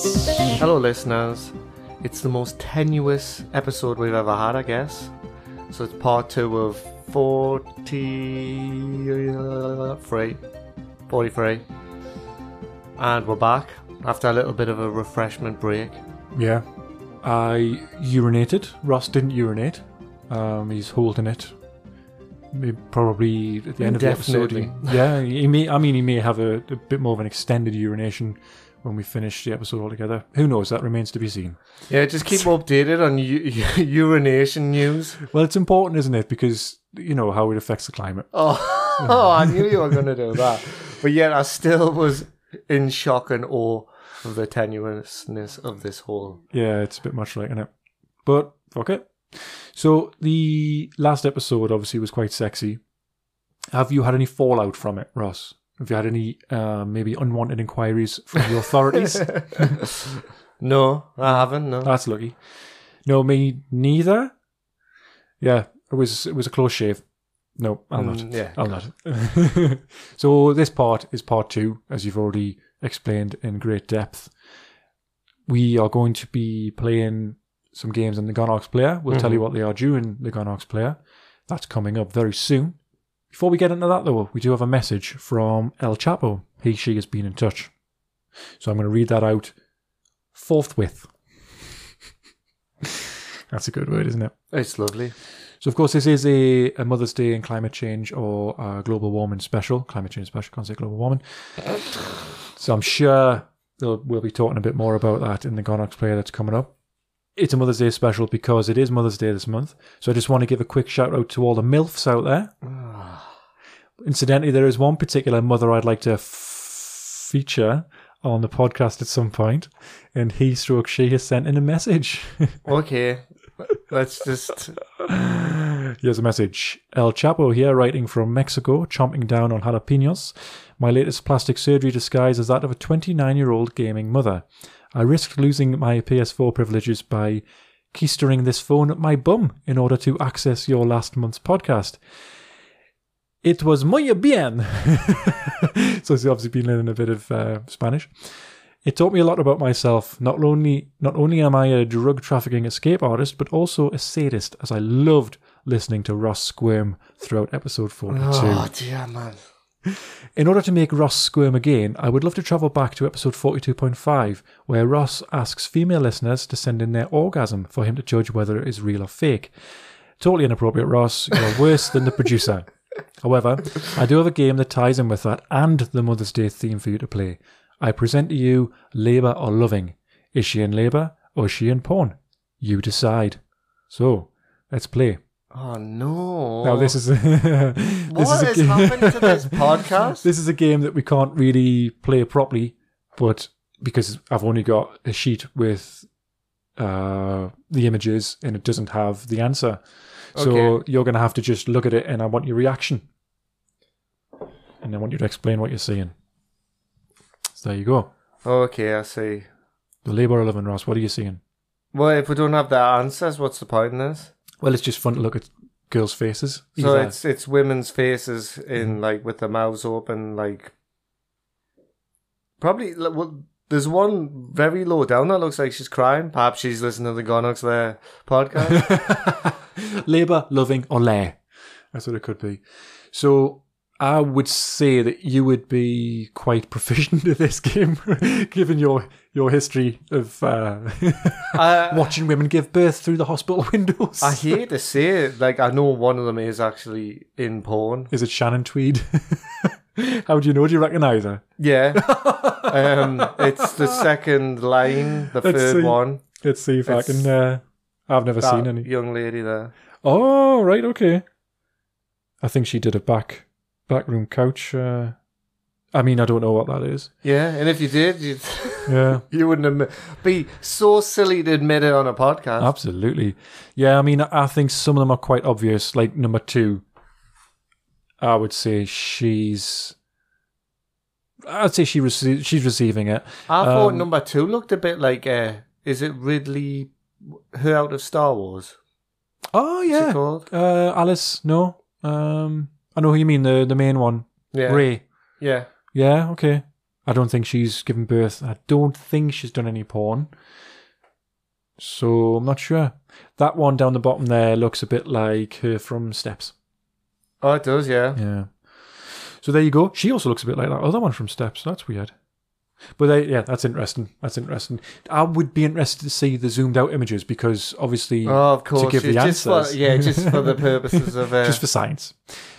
Hello, listeners. It's the most tenuous episode we've ever had, I guess. So it's part two of 43. 43. And we're back after a little bit of a refreshment break. Yeah. I urinated. Ross didn't urinate. Um, he's holding it. He Probably at the end of the episode. he- Indefinitely. yeah, he may. I mean, he may have a, a bit more of an extended urination when we finish the episode altogether. Who knows? That remains to be seen. Yeah, just keep updated on u- urination news. Well, it's important, isn't it? Because you know how it affects the climate. Oh, oh, I knew you were going to do that. But yet, I still was in shock and awe of the tenuousness of this whole. Yeah, it's a bit much like, isn't it? But fuck it. So the last episode obviously was quite sexy. Have you had any fallout from it, Ross? Have you had any uh, maybe unwanted inquiries from the authorities? no, I haven't. No. That's lucky. No, me neither. Yeah, it was it was a close shave. No, I'll not. Mm, yeah. I'll not. so this part is part two, as you've already explained in great depth. We are going to be playing some games in the Gonox player. We'll tell you what they are during the Gonox player. That's coming up very soon. Before we get into that, though, we do have a message from El Chapo. He, she has been in touch. So I'm going to read that out forthwith. That's a good word, isn't it? Oh, It's lovely. So, of course, this is a, a Mother's Day and climate change or uh, global warming special. Climate change special, can't say global warming. so, I'm sure they'll, we'll be talking a bit more about that in the Gonox player that's coming up. It's a Mother's Day special because it is Mother's Day this month. So, I just want to give a quick shout out to all the MILFs out there. Incidentally, there is one particular mother I'd like to f- feature on the podcast at some point, and he stroke she has sent in a message. Okay, let's just. Here's a message. El Chapo here, writing from Mexico, chomping down on jalapenos. My latest plastic surgery disguise is that of a 29 year old gaming mother. I risked losing my PS4 privileges by keistering this phone up my bum in order to access your last month's podcast. It was muy bien. so she's obviously been learning a bit of uh, Spanish. It taught me a lot about myself. Not only not only am I a drug trafficking escape artist, but also a sadist, as I loved listening to Ross squirm throughout episode 42. Oh dear man. In order to make Ross squirm again, I would love to travel back to episode 42.5, where Ross asks female listeners to send in their orgasm for him to judge whether it is real or fake. Totally inappropriate, Ross. You're worse than the producer. However, I do have a game that ties in with that and the Mother's Day theme for you to play. I present to you Labour or Loving. Is she in labour or is she in porn? You decide. So, let's play. Oh no. Now, this is. this what is has a game- happened to this podcast? this is a game that we can't really play properly, but because I've only got a sheet with uh, the images and it doesn't have the answer. So Okay. you're going to have to just look at it and I want your reaction. And I want you to explain what you're seeing. So there you go. Okay, I see. The Labour 11, Ross, what are you seeing? Well, if we don't have the answers, what's the point in this? Well, it's just fun to look at girls' faces. So Either- it's it's women's faces Mm-hmm. in like with their mouths open, like probably. like, Well, there's one very low down that looks like she's crying. Perhaps she's listening to the Gonox there podcast. Labour, loving, or lay. That's what it could be. So I would say that you would be quite proficient at this game, given your your history of uh, I, watching women give birth through the hospital windows. I hate to say it, like I know one of them is actually in porn. Is it Shannon Tweed? How do you know? Do you recognise her? Yeah, um, it's the second line, the Let's third see. one. Let's see if I It's- can. Uh, I've never That seen any. young lady there. Oh right, okay. I think she did a back backroom couch. Uh, I mean, I don't know what that is. Yeah, and if you did, you'd, Yeah. you wouldn't admit, be so silly to admit it on a podcast. Absolutely. Yeah, I mean, I think some of them are quite obvious. Like number two, I would say she's. I'd say she rece- she's receiving it. I thought Um, number two looked a bit like uh, is it Ridley her out of Star Wars? Oh What's it yeah, called? uh, Alice. No, um, I know who you mean. The the main one, Yeah. Ray. Yeah. Yeah, okay. I don't think she's given birth. I don't think she's done any porn. So I'm not sure. That one down the bottom there looks a bit like her from Steps. Oh, it does, yeah. Yeah. So there you go. She also looks a bit like that other one from Steps. That's weird. But they, yeah, that's interesting. That's interesting. I would be interested to see the zoomed out images because obviously, Oh, of course. give the yeah, just for, answers. yeah, just for the purposes of uh, just for science,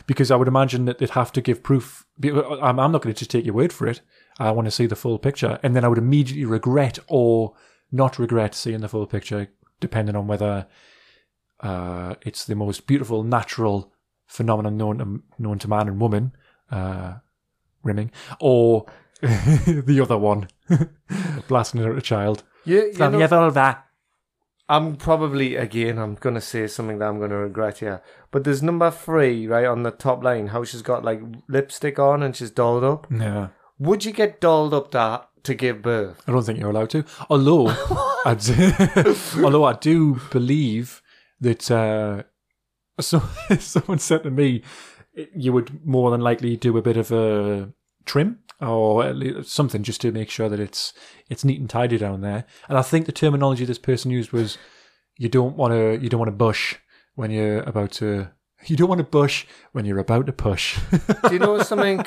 because I would imagine that they'd have to give proof. be- uh, I'm I'm not going to just take your word for it. I want to see the full picture, and then I would immediately regret or not regret seeing the full picture, depending on whether uh, it's the most beautiful natural phenomenon known to, known to man and woman, uh, rimming, or the other one, blasting it at a child. You- you From know- your vulva. I'm probably again. I'm gonna say something that I'm gonna regret here. But there's number three right on the top line. How she's got like lipstick on and she's dolled up. Yeah. Would you get dolled up that to give birth? I don't think you're allowed to. Although, I do, although I do believe that uh, so, someone said to me, you would more than likely do a bit of a trim or at least something just to make sure that it's it's neat and tidy down there. And I think the terminology this person used was, you don't want to you don't want to bush when you're about to you don't want to bush when you're about to push. Do you know something?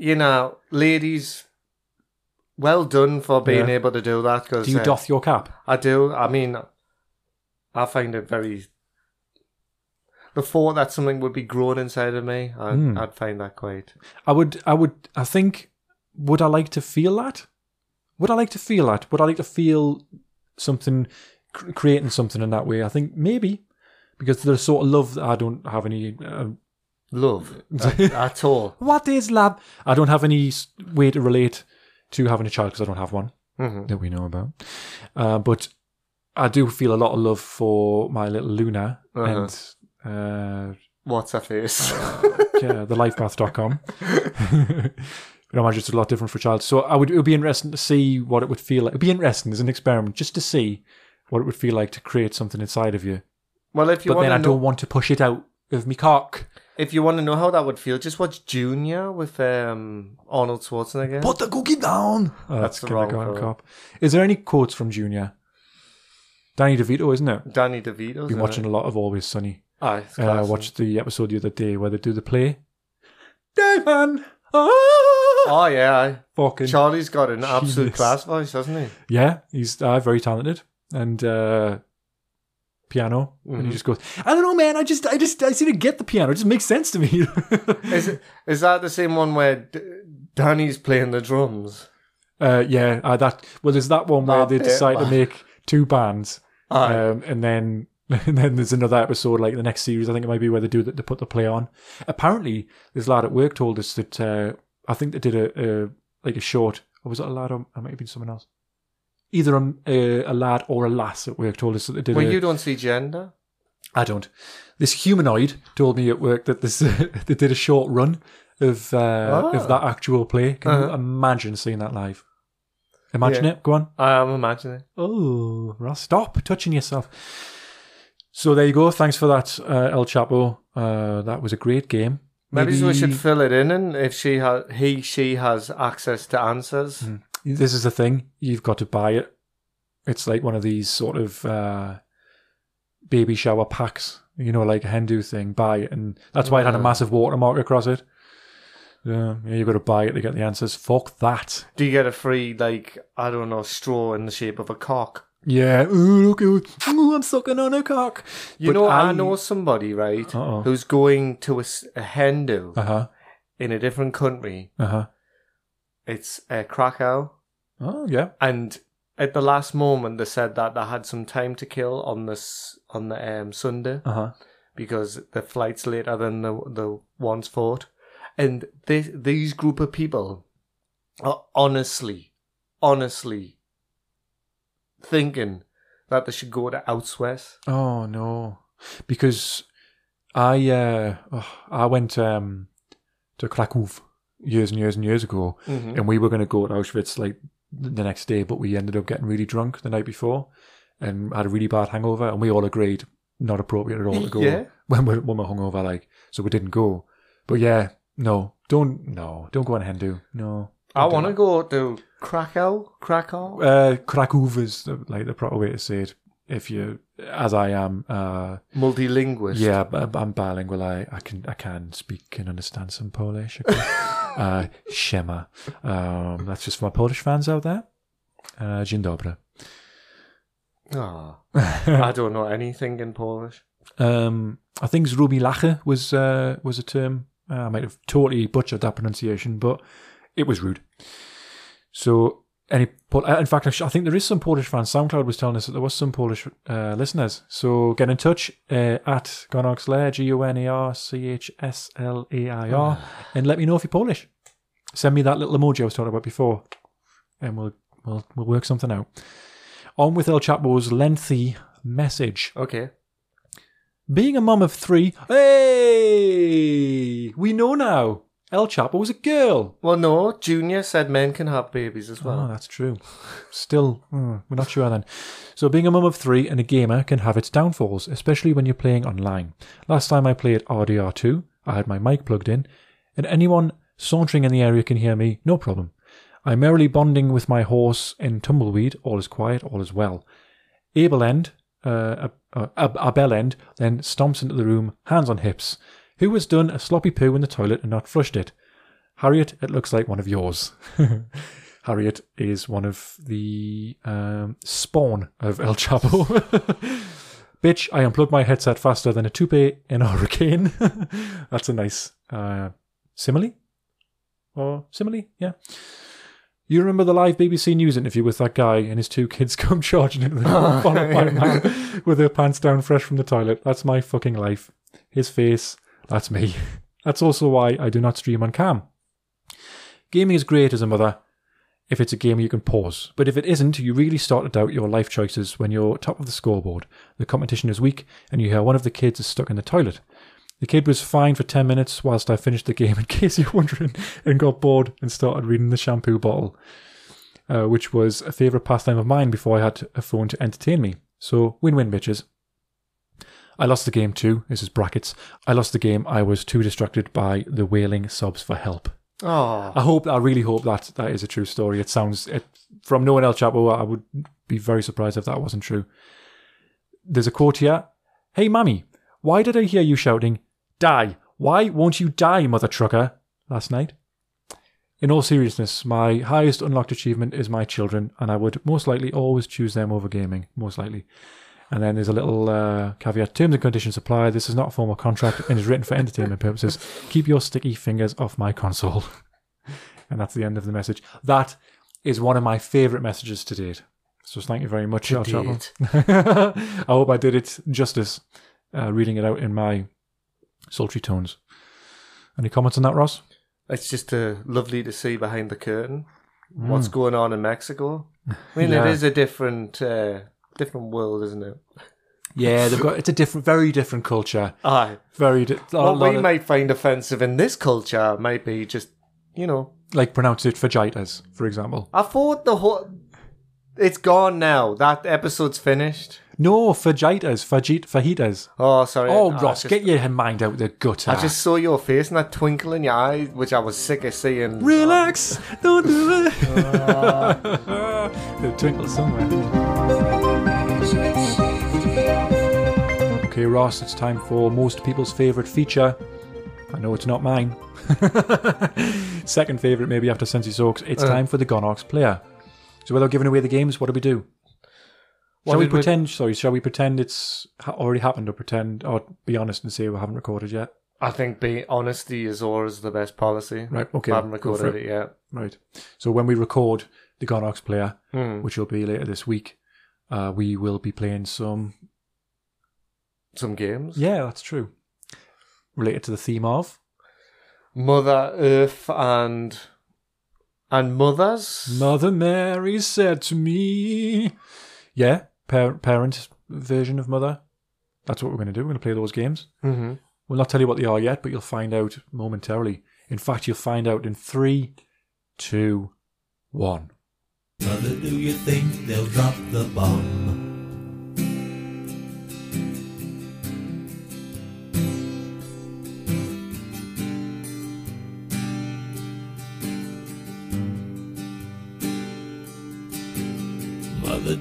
you know, ladies, well done for being Yeah. able to do that. Because do you doff your cap? I do. I mean, I find it very. The thought that something would be grown inside of me, I, Hmm. I'd find that quite. I would, I would, I think, would I like to feel that? Would I like to feel that? Would I like to feel something, cr- creating something in that way? I think maybe, because the sort of love that I don't have any. Uh, Love at, at all. what is love? I don't have any s- way to relate to having a child because I don't have one hmm that we know about. Uh, but I do feel a lot of love for my little Luna Uh-huh. and. Uh, What's her face? yeah, the lifepath.com. but I imagine it's a lot different for a child. So I would it would be interesting to see what it would feel like. It'd be interesting as an experiment just to see what it would feel like to create something inside of you. well, if you But want then to I know, don't want to push it out of me cock. if you want to know how that would feel, just watch Junior with um, Arnold Schwarzenegger. Put the cookie down. Oh, That's that's the kinda wrong Gone quote. cop. Is there any quotes from Junior? Danny DeVito, isn't it? Danny DeVito. Been watching a lot of Always Sunny. Ah, it's Uh, I class. watched the episode the other day where they do the play. Damon! Ah! Oh yeah, Fucking aye. Charlie's got an absolute Jesus. class voice, hasn't Yeah, he's uh, very talented and uh, piano, and he Mhm. just goes. I don't know, man. I just, I just, I seem to get the piano. It just makes sense to me. he? Is it, is that the same one where D- Danny's playing the drums? uh, yeah, uh, that. Well, there's that one where That they bit, decide to man. make two bands, Aye. um, and then and then there's another episode like the next series. I think it might be where they do that they put the play on. Apparently, this lad at work told us that uh, I think they did a, a like a short. Or was it a lad? Or it might have been someone else. Either a, a, a lad or a lass at work told us that they did. well, a, you don't see gender. I don't. This humanoid told me at work that this they did a short run of uh, Ah. of that actual play. Can you Uh-huh. imagine seeing that live? Imagine Yeah. it. Go on. I'm imagining. Oh, Ross, stop touching yourself. So there you go. Thanks for that, uh, El Chapo. Uh, that was a great game. Maybe, we should fill it in, and if she has, he, she has access to answers. Hmm. this is the thing. You've got to buy it. It's like one of these sort of uh, baby shower packs, you know, like a Hindu thing. Buy it, and that's why it had a Yeah. massive watermark across it. Yeah, yeah, you've got to buy it to get the answers. Fuck that. Do you get a free, like, I don't know, straw in the shape of a cock? Yeah. Ooh, look, ooh, ooh, I'm sucking on a cock. You know, I... know somebody, right, Uh who's going to a, s- a Hindu huh. in a different country. Uh huh. It's uh, Krakow. Oh yeah. And at the last moment, they said that they had some time to kill on this on the um, Sunday Uh huh. because the flight's later than the the ones thought. And this, these group of people are honestly, honestly thinking that they should go to Auschwitz. Oh no, because I uh, oh, I went um, to Krakow years and years and years ago, Mhm. and we were going to go to Auschwitz like th- the next day, but we ended up getting really drunk the night before and had a really bad hangover, and we all agreed not appropriate at all to go Yeah. when we're when we're hungover, like so we didn't go. But yeah, no, don't no, don't go on Hindu, no. I want to go to Krakow. Krakow. Uh, Krakow is the, like the proper way to say it. If you, as I am, uh, Multilinguist. yeah, b- I'm bilingual. I, I can I can speak and understand some Polish. Okay. uh, Shema. Um, that's just for my Polish fans out there. Uh, dzień dobry. Ah, I don't know anything in Polish. Um, I think Ruby Lache was uh, was a term. Uh, I might have totally butchered that pronunciation, but it was rude. So any, Pol- uh, in fact, I sh- I think there is some Polish fans. SoundCloud was telling us that there was some Polish uh, listeners. So get in touch uh, at Gonorchslair, G O N E R C H S L A I R, and let me know if you're Polish. Send me that little emoji I was talking about before, and we'll we'll, we'll work something out. On with El Chapo's lengthy message. Okay. Being a mum of three, hey, we know now. El Chapo was a girl. Well, no. Junior said men can have babies as Oh, well. that's true. Still, hmm, we're not sure then. So, being a mum of three and a gamer can have its downfalls, especially when you're playing online. Last time I played RDR2, I had my mic plugged in, and anyone sauntering in the area can hear me, no problem. I'm merrily bonding with my horse in Tumbleweed, all is quiet, all is well. Abel End, uh, uh, Ab- Abel End, then stomps into the room, hands on hips. Who has done a sloppy poo in the toilet and not flushed it? Harriet, it looks like one of yours. Harriet is one of the um, spawn of El Chapo. Bitch, I unplugged my headset faster than a toupee in a hurricane. That's a nice uh, simile? Or simile? Yeah. You remember the live BBC News interview with that guy and his two kids come charging into the room followed by a man with their pants down fresh from the toilet. That's my fucking life. His face, that's me. That's also why I do not stream on cam. Gaming is great as a mother, if it's a game you can pause. But if it isn't, you really start to doubt your life choices when you're top of the scoreboard, the competition is weak, and you hear one of the kids is stuck in the toilet. The kid was fine for 10 minutes whilst I finished the game, in case you're wondering, and got bored and started reading the shampoo bottle, uh, which was a favourite pastime of mine before I had a phone to entertain me. So, win win, bitches. I lost the game too. This is brackets. I lost the game. I was too distracted by the wailing subs for help. Oh, I hope. I really hope that that is a true story. It sounds it, from knowing El Chapo, I would be very surprised if that wasn't true. There's a quote here. Hey, mammy, why did I hear you shouting, "Die"? Why won't you die, mother trucker? Last night. In all seriousness, my highest unlocked achievement is my children, and I would most likely always choose them over gaming. Most likely. And then there's a little uh, caveat: terms and conditions apply. This is not a formal contract and is written for entertainment purposes. Keep your sticky fingers off my console. and that's the end of the message. That is one of my favourite messages to date. So thank you very much, Al Chapman. date. I hope I did it justice, uh, reading it out in my sultry tones. Any comments on that, Ross? it's just uh, lovely to see behind the curtain what's going on in Mexico. I mean, Mm. Yeah. it is a different, uh, different world, isn't it? Yeah, they've got it's a different, very different culture. Aye. Very di- a What lot we of- might find offensive in this culture might be just, you know, like pronounce it fajitas, for example. I thought the whole. It's gone now. That episode's finished. No, fajitas, fajit, fajitas. Oh, sorry. Oh, I Ross, just- get your mind out the gutter. I just saw your face and that twinkle in your eye, which I was sick of seeing. relax. Don't do it. the twinkle somewhere. Okay, Ross, it's time for most people's favourite feature. I know it's not mine. Second favourite, maybe after Sensi Soaks. It's time for the Gonox player. So, without giving away the games, what do we do? What shall we did we- pretend? Sorry, shall we pretend it's ha- already happened, or pretend, or be honest and say we haven't recorded yet? I think be honesty is always the best policy. Right, okay, I haven't go for recorded it yet. Right. So when we record the Gonox player, which will be later this week, uh, we will be playing some. Some games. Yeah, that's true. Related to the theme of Mother Earth and and mothers. Mother Mary said to me. Yeah, par- parent version of Mother. That's what we're going to do. We're going to play those games. hmm We'll not tell you what they are yet, but you'll find out momentarily. In fact, you'll find out in three, two, one. Mother, do you think they'll drop the bomb?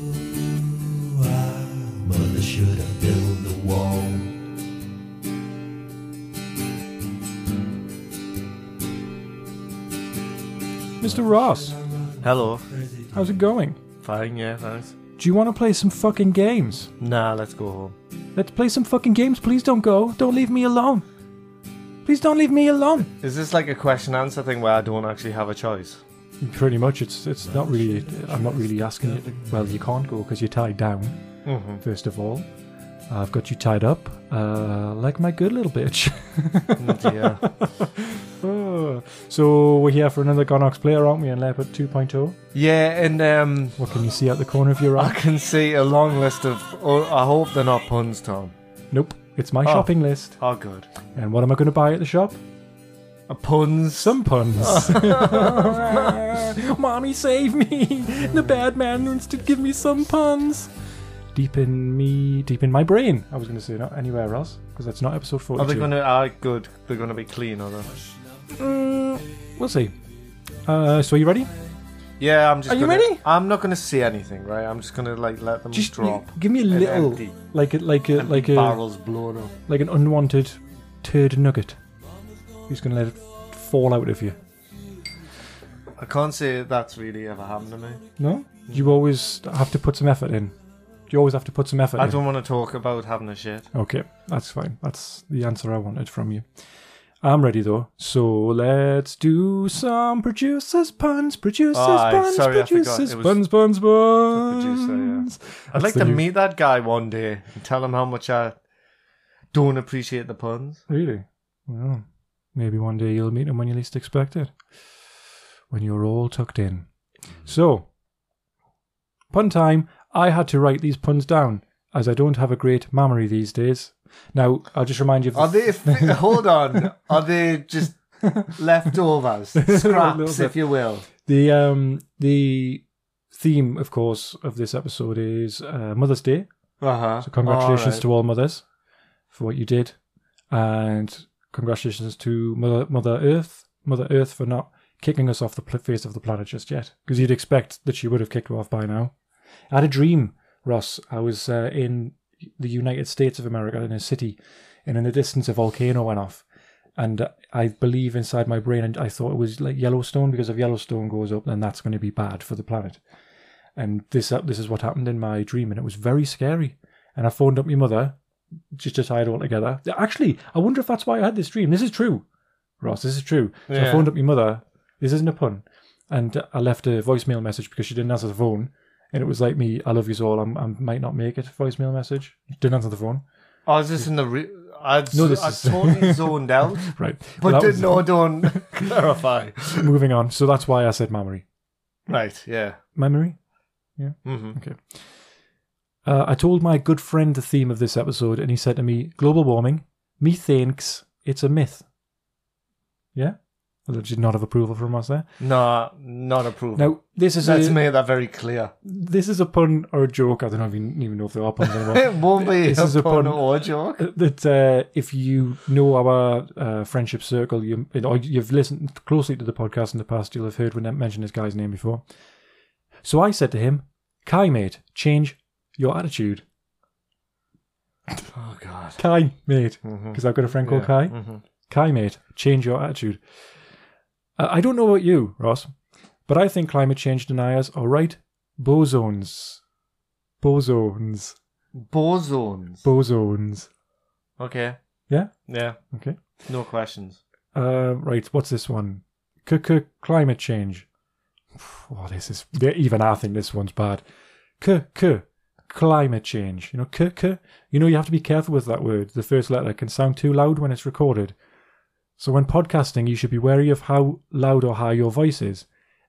Ooh, ah, mother, should I build a wall? Mr. Ross, Hello. how's it going? Fine, yeah, thanks. Do you want to play some fucking games? Nah, let's go home. Let's play some fucking games. Please don't go. Don't leave me alone. Please don't leave me alone. Is this like a question answer thing where I don't actually have a choice? Pretty much, it's it's not really. I'm not really asking you. Well, you can't go because you're tied down. First of all, I've got you tied up, uh, like my good little bitch. Mm-hmm. yeah. Oh. so we're here for another Gonox player, aren't we? In Leopard 2.0. Yeah, and um, What can you see out the corner of your I eye? can see a long list of. Oh, I hope they're not puns, Tom. Nope. It's my shopping list. Oh, good. And what am I going to buy at the shop? A puns. Some puns. Mommy, save me! The bad man wants to give me some puns. Deep in me, deep in my brain. I was going to say not anywhere else because that's not episode Are they 42. going to. Ah, good. They're going to be clean, are they? We'll see. Uh, so are you ready? Yeah, I'm just. Are you gonna, ready? I'm not going to see anything, right? I'm just going to like let them Just drop. you- give me a and little, empty. like a, like a, And like a, barrels blown up. like an unwanted turd nugget. You're just going to let it fall out of you. I can't say that's really ever happened to me. No, you always have to put some effort in. You always have to put some effort. I in. don't want to talk about having a shit. Okay, that's fine. That's the answer I wanted from you. I'm ready though. So let's do some producers puns, producers Aye, puns, Ah, sorry, I forgot. producers It was puns, puns, puns. producer, yeah. I'd That's like the to new- meet that guy one day and tell him how much I don't appreciate the puns. Really? Well, maybe one day you'll meet him when you least expect it. When you're all tucked in. So, pun time. I had to write these puns down as I don't have a great memory these days. Now, I'll just remind you of the Are they? Fi- hold on. Are they just leftovers, little scraps, bit. if you will? The um the theme, of course, of this episode is uh, Mother's Day. Uh huh. So congratulations to all mothers for what you did, and congratulations to Mother Mother Earth, Mother Earth for not kicking us off the pl- face of the planet just yet. Because you'd expect that she would have kicked her off by now. I had a dream, Ross. I was uh, in the United States of America in a city, and in the distance a volcano went off. And uh, I believe inside my brain, and I thought it was like Yellowstone because if Yellowstone goes up, then that's going to be bad for the planet. And this uh, this is what happened in my dream, and it was very scary. And I phoned up my mother just to tie it all together. Actually, I wonder if that's why I had this dream. This is true, Ross. This is true. So I Yeah. phoned up my mother. This isn't a pun. And uh, I left a voicemail message because she didn't answer the phone. And it was like me, I love you all. I'm, I might not make it. Voicemail message. Didn't answer the phone. Oh, is this in the? Re- I'd, No, this I'd is- totally zoned out. Right. But Well, that did, was- no, don't clarify. Moving on. So that's why I said memory. Right. Yeah. Memory? hmm Uh, I told my good friend the theme of this episode, and he said to me, Global warming, me thinks it's a myth. Yeah? A legit nod of approval from us there. No, not approved. Now, this is Let's a, make that very clear. this is a pun or a joke. I don't know if you even know if there are puns anymore. It won't be This a is a pun pun. or joke. that uh, if you know our uh, friendship circle, you or you've listened closely to the podcast in the past, you'll have heard when I mentioned this guy's name before. So I said to him, "Kai, mate, change your attitude, Oh God. Kai, mate," Mhm. because I've got a friend called Yeah. Kai. Mhm. Kai, mate, change your attitude. Uh, I don't know about you, Ross, but I think climate change deniers are right. Bozones, bozones, Bozones. bozones. okay. Yeah? Yeah. Okay. No questions. Uh, right, what's this one? C climate change. Oh, this is yeah, even I think this one's bad. C climate change. You know, c You know, you have to be careful with that word. The first letter can sound too loud when it's recorded. So when podcasting, you should be wary of how loud or high your voice is,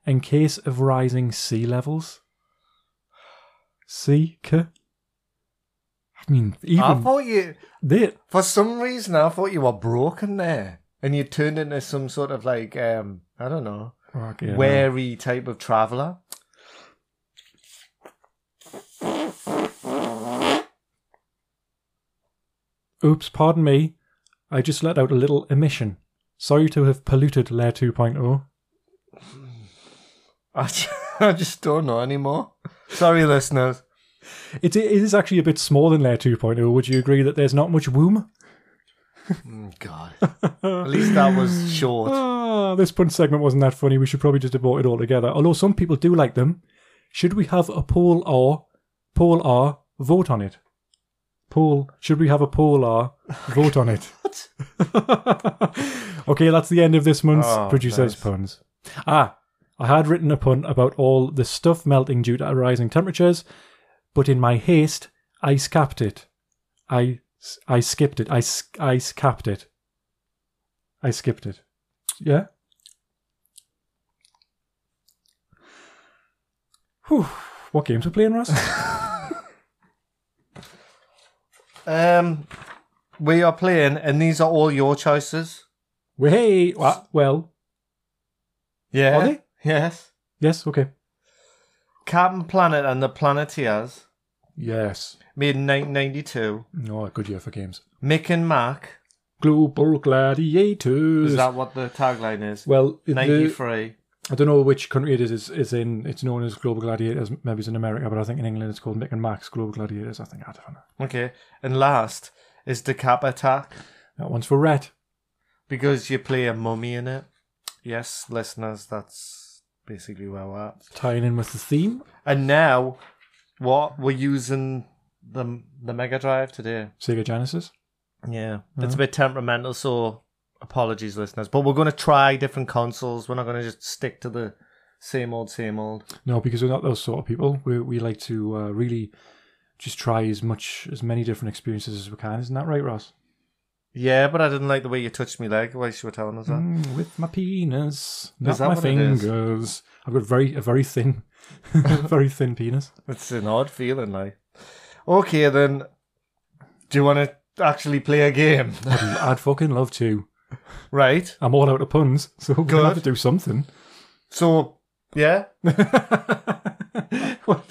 in case of rising sea levels. Sea c I mean, I even thought you, they, for some reason, I thought you were broken there, and you turned into some sort of like, um, I don't know, okay, wary type of traveler. Oops, pardon me. I just let out a little emission. Sorry to have polluted Layer 2.0. I just, I just don't know anymore. Sorry, listeners. It, it is actually a bit smaller than Layer 2.0. oh. Would you agree that there's not much womb? Mm, God, at least that was short. Ah, this punch segment wasn't that funny. We should probably just abort it altogether. Although some people do like them. Should we have a poll or poll R vote on it? Poll. Should we have a poll R vote on it? okay, that's the end of this month's Oh, producers nice. puns. Ah, I had written a pun about all the stuff melting due to rising temperatures, but in my haste, I scapped it. I I skipped it. I s- I scapped it. I skipped it. Yeah. Whew. What games we playing, Russ? Um, we are playing, and these are all your choices. we hey. wa- Well, Yeah. Are they? Yes. yes. Okay. Captain Planet and the Planeteers, Yes. made in 1992. No, a good year for games. Mick and Mac. Global Gladiators. Is that what the tagline is? well, the- 93. I don't know which country it is. It's, it's in. It's known as Global Gladiators. Maybe it's in America, but I think in England it's called Mick and Max Global Gladiators. I think I don't know. Okay. And last is the Cap Attack That one's for Rhett. because you play a mummy in it. Yes, listeners, that's basically where we're at. Tying in with the theme. And now, what we're using the the Mega Drive today. Sega Genesis. Yeah, it's a bit temperamental, so apologies, listeners. But we're going to try different consoles. We're not going to just stick to the same old, same old. No, because we're not those sort of people. We we like to uh, really just try as much as many different experiences as we can. Isn't that right, Ross? Yeah, but I didn't like the way you touched me leg whilst you were telling us that. Mm, with my penis, not that my what it is? fingers. I've got very a very thin, very thin penis. It's an odd feeling, like. Okay, then. Do you want to actually play a game? I'd, I'd fucking love to. right. I'm all out of puns, so we're gonna have to Good. do something. So, yeah. What?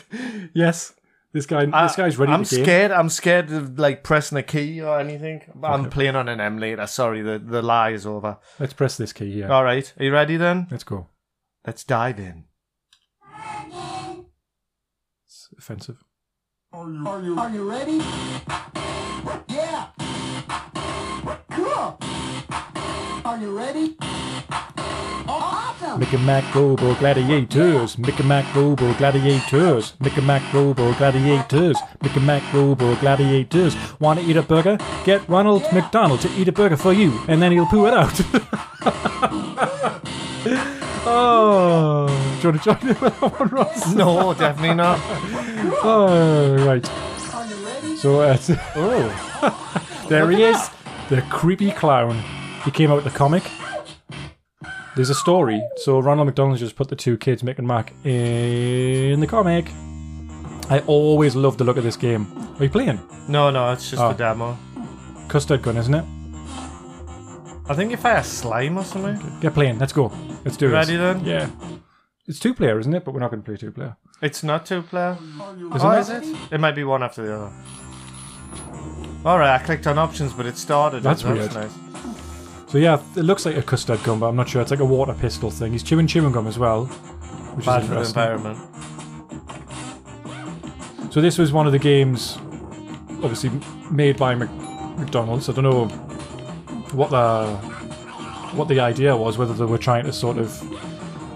yes, this guy. this guy's ready Uh, I'm to game. scared. I'm scared of like pressing a key or anything. I'm playing on an emulator. Sorry, the, the lie is over. Let's press this key here. All right. Are you ready then? Let's go. Let's dive in. It's offensive. Are you, are you, are you ready? Yeah. Cool. Are you ready? Awesome. Mick and Mac Global Gladiators. Mick and Mac Global Gladiators. Mick and Mac Global Gladiators. Mick and Mac Global Gladiators. Want to eat a burger? Get Ronald McDonald to eat a burger for you, and then he'll poo it out. oh, do you want to join in with that one, Ross? No, definitely not. Oh, right. Are you ready? So uh, oh, there he is, the creepy clown. He came out with the comic. There's a story. So Ronald McDonald just put the two kids, Mick and Mac, in the comic. I always love the look of this game. Are you playing? No, no, it's just Oh. a demo. Custard gun, isn't it? I think if I had slime or something, Get playing. Let's go. Let's do it. Ready then? Yeah. It's two player, isn't it? But we're not going to play two player. it's not two player. Isn't Oh, it? is it? It might be one after the other. All right, I clicked on options, but it started. That's so weird. Nice. So yeah, it looks like a custard gun, but I'm not sure. It's like a water pistol thing. He's chewing chewing gum as well, which Bad is for the interesting. environment. So this was one of the games, obviously made by Mc- McDonald's. I don't know what the what the idea was, whether they were trying to sort of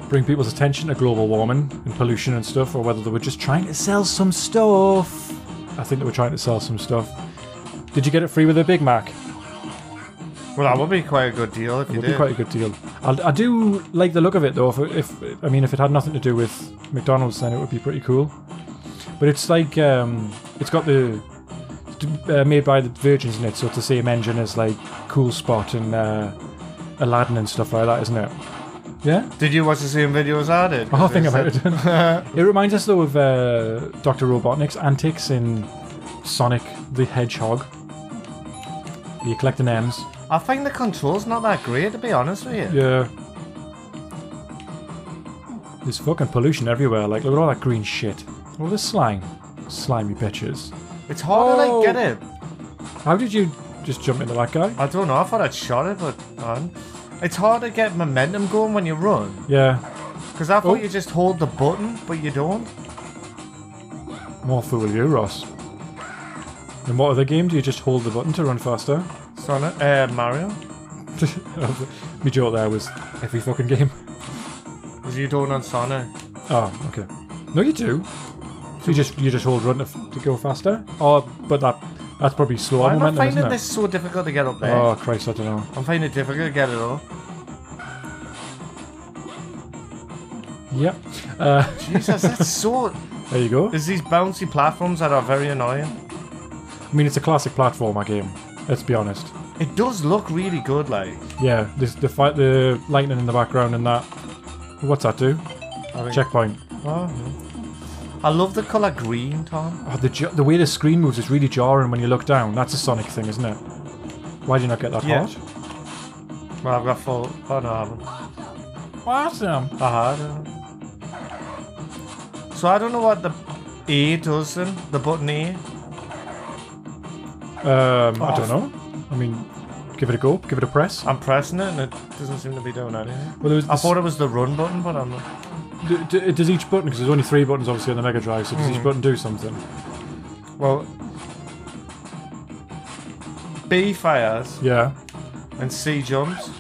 bring people's attention to global warming and pollution and stuff, or whether they were just trying to sell some stuff. I think they were trying to sell some stuff. Did you get it free with a Big Mac? Well, that would be quite a good deal if you Would did. be quite a good deal. I, I do like the look of it though. If, if I mean, if it had nothing to do with McDonald's, then it would be pretty cool. But it's like um, it's got the uh, made by the Virgins in it, so it's the same engine as like Cool Spot and uh, Aladdin and stuff like that, isn't it? Yeah, Did you watch the same video as I did? Oh, I think about Because it. it reminds us though of uh, Doctor Robotnik's antics in Sonic the Hedgehog. You're collecting M's. I find the controls not that great, to be honest with you. Yeah. There's fucking pollution everywhere. Like, look at all that green shit. All this slime. Slimy bitches. It's hard to Oh. like get it. How did you just jump into that guy? I don't know. I thought I'd shot it, but man, it's hard to get momentum going when you run. Yeah. Because I thought Oh. you just hold the button, but you don't. More fool you, Ross. In what other game do you just hold the button to run faster? Sonic, uh, Mario, Me joke there was every fucking game. because you don't on Sonic. Oh, okay. No, you do. So you just you just hold run to, f- to go faster. Oh, but that that's probably slower I'm not momentum, finding isn't it? this so difficult to get up there. Oh Christ, I don't know. I'm finding it difficult to get it all. Yep. Uh, Jesus, that's so. there you go. There's these bouncy platforms that are very annoying. I mean, it's a classic platformer game. Let's be honest. It does look really good, like. Yeah, this, the fight, the lightning in the background, and that. What's that do? I think- Checkpoint. Oh, yeah. I love the color green, Tom. Oh, the j- the way the screen moves is really jarring when you look down. That's a Sonic thing, isn't it? Why do you not get that Yeah. hard? Well, I've got full. Oh no, I haven't. Awesome. I had. it. So I don't know what the A does then. The button E. A. Um, I Oh. don't know. I mean, give it a go. Give it a press. I'm pressing it and it doesn't seem to be doing anything. Well, there was I this- thought it was the run button, but I'm not. D- d- does each button because there's only three buttons obviously on the Mega Drive, so does Hmm. each button do something? Well. B fires Yeah. and C jumps.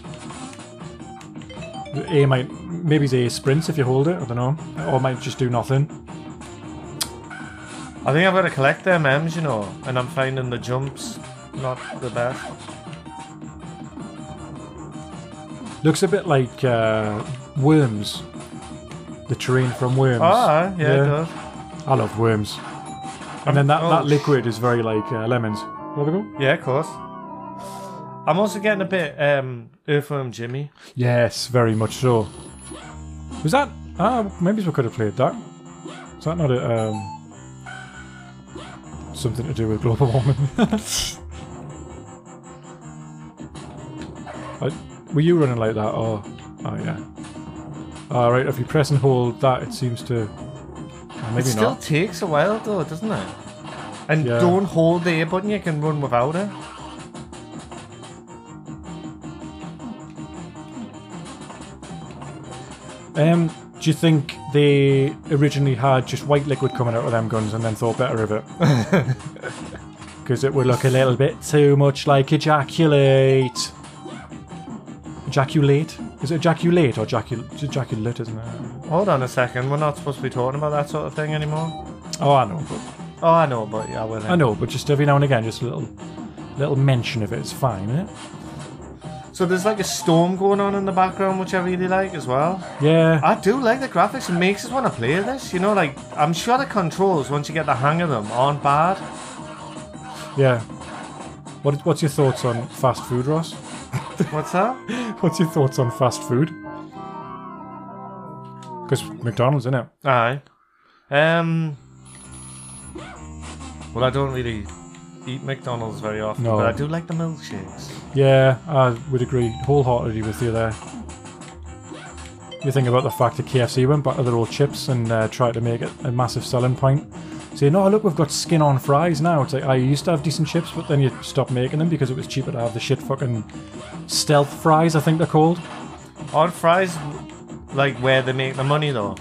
The A might maybe it's A sprints if you hold it. I don't know, or it might just do nothing. I think I've got to collect them M's, you know, and I'm finding the jumps not the best. Looks a bit like uh, Worms, the terrain from Worms. Ah, yeah, it does. I love Worms. And then that, oh, that sh- liquid is very like uh, lemons. Have a go? Yeah, of course. I'm also getting a bit um, Earthworm Jimmy. Yes, very much so. Was that? Ah, maybe we could have played that. Is that not a um, something to do with global warming? Uh, were you running like that? Or oh yeah. All right. If you press and hold that, it seems to. uh, It Maybe still not. takes a while though, doesn't it? And Yeah. don't hold the A button, you can run without it. Um, do you think they originally had just white liquid coming out of them guns and then thought better of it? Because it would look a little bit too much like ejaculate. Ejaculate? Is it ejaculate or jacul- it's ejaculate, isn't it? Hold on a second, we're not supposed to be talking about that sort of thing anymore. Oh, I know. But, Oh, I know, but yeah, I will. I know, but just every now and again, just a little little mention of it is fine, isn't it? So there's like a storm going on in the background, which I really like as well. Yeah. I do like the graphics; it makes us want to play this. You know, like I'm sure the controls once you get the hang of them aren't bad. Yeah. What, what's your thoughts on fast food, Ross? What's that? What's your thoughts on fast food? Because McDonald's, isn't it? Aye. Um. Well, I don't really eat McDonald's very often, No. but I do like the milkshakes. Yeah, I would agree wholeheartedly with you there. You think about the fact that KFC went back to their old chips and uh, tried to make it a massive selling point. Saying, oh, look, we've got skin on fries now. It's like, I used to have decent chips, but then you stopped making them because it was cheaper to have the shit fucking stealth fries, I think they're called. Are fries like where they make the money though?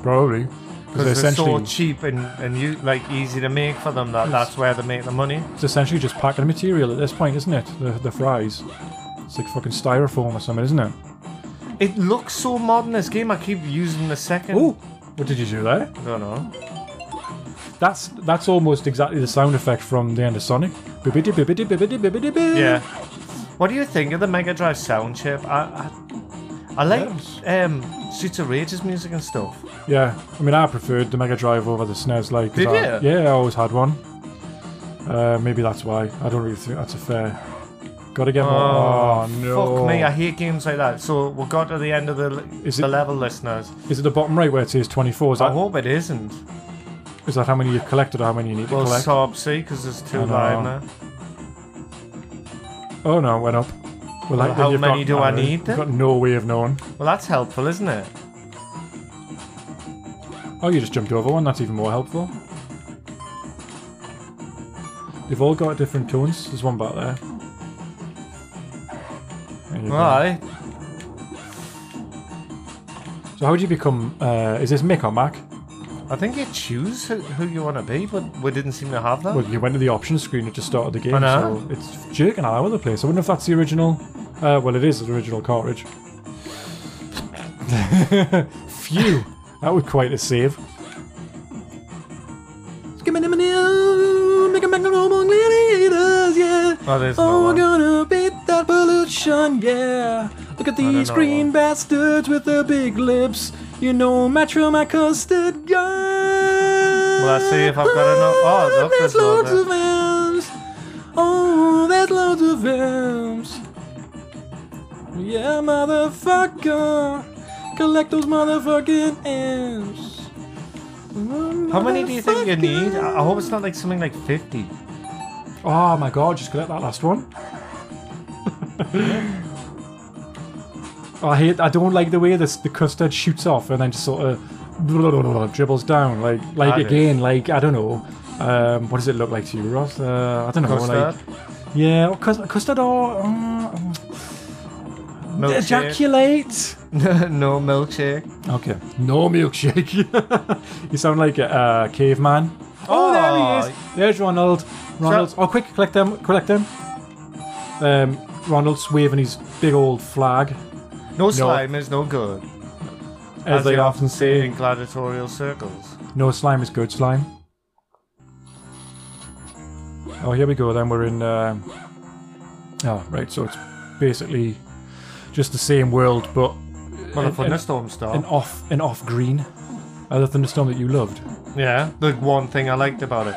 Probably. Because they're Because they're so essentially, cheap and and you like easy to make for them. That that's where they make the money. it's essentially just packing material at this point, isn't it? The, the fries. It's like fucking styrofoam or something, isn't it? It looks so modern. This game. I keep using the second. Oh, what did you do there? I don't know. That's that's almost exactly the sound effect from the end of Sonic. Bibbidi bibbidi bibbidi bibbidi boo. Yeah. What do you think of the Mega Drive sound chip? I I, I like um Streets of Rage's music and stuff. Yeah. I mean, I preferred the Mega Drive over the SNES. Like, 'cause Did I, you? Yeah, I always had one. Uh, maybe that's why. I don't really think that's a fair. Got to get more. Oh, no. Fuck me, I hate games like that. So we got to the end of the Is the it- level, listeners. Oh. Is it the bottom right where it says 24? Is that I hope it isn't. Is that how many you've collected or how many you need to Well, collect? sob, see, because there's two I know. lying there. oh no, it went up. Well, like, how you've many got, do I need You've then? got no way of knowing. Well, that's helpful, isn't it? Oh, you just jumped over one. That's even more helpful. They've all got different tones. There's one back there. There you go. Aye. So how would you become? Uh, is this Mick or Mac? I think you choose who, who you want to be, but we didn't seem to have that. Well, you went to the options screen. It just started the game. I know. So it's jerking all over the place. I wonder if that's the original. Uh, well, it is the original cartridge. Phew, that was quite a save. Oh, there's another one. gonna beat that pollution, yeah. Look at don't know one. bastards with their big lips. You know, matcha my custard guy. Well, I see if I've got enough- oh, look, there's loads of- M's. Oh, there's loads of M's. Yeah, motherfucker. Collect those motherfucking M's. How many do you think you need? I I hope it's not like something like 50. Oh my god, just collect that last one. I hate. I don't like the way this the custard shoots off and then just sort of blah, blah, blah, blah, dribbles down. Like like I do. again, like I don't know. Um, what does it look like to you, Ross? Uh, I don't know. Custard? Like yeah, or cus- custard or um, Milkshake? ejaculate. no milkshake. Okay, no milkshake. you sound like a uh, caveman. Oh, there he is. There's Ronald. Ronald's. Oh, quick, collect them. Collect them. Um, Ronald's waving his big old flag. No slime is no good. As, they you often say in say, gladiatorial circles. no slime is good slime. Oh, here we go. Then we're in. Uh... Oh, right. So it's basically just the same world, but Well, a an- thunderstorm star. an off an off green. Uh, the thunderstorm that you loved. yeah, the one thing I liked about it.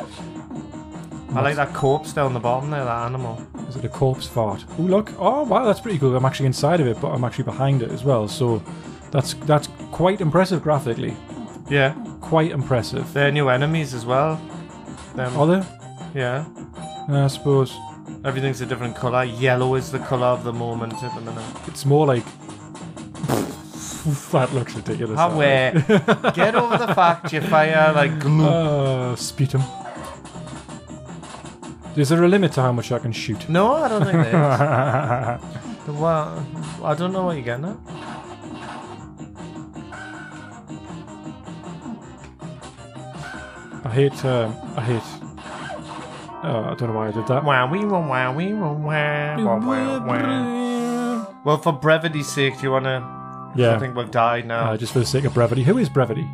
I like that corpse down the bottom there, that animal. Is it a corpse fart? Oh look! Oh wow, that's pretty cool. I'm actually inside of it, but I'm actually behind it as well. So that's that's quite impressive graphically. Yeah, Quite impressive. they're new enemies as well. Them, Are there? yeah, I suppose everything's a different colour. Yellow is the colour of the moment at the minute. it's more like. that looks ridiculous. that Away. Get over the fact you fire like glue. Uh, sputum. Is there a limit to how much I can shoot? no, I don't think there is. The wa- I don't know what you're getting at. I hate. Um, I hate. Oh, I don't know why I did that. Wow, wee, wow, wow, wee, wow, wow, wow, wow, wow. Well, for brevity's sake, do you want to? I Yeah. think we've died now. Uh, just for the sake of brevity. Who is brevity?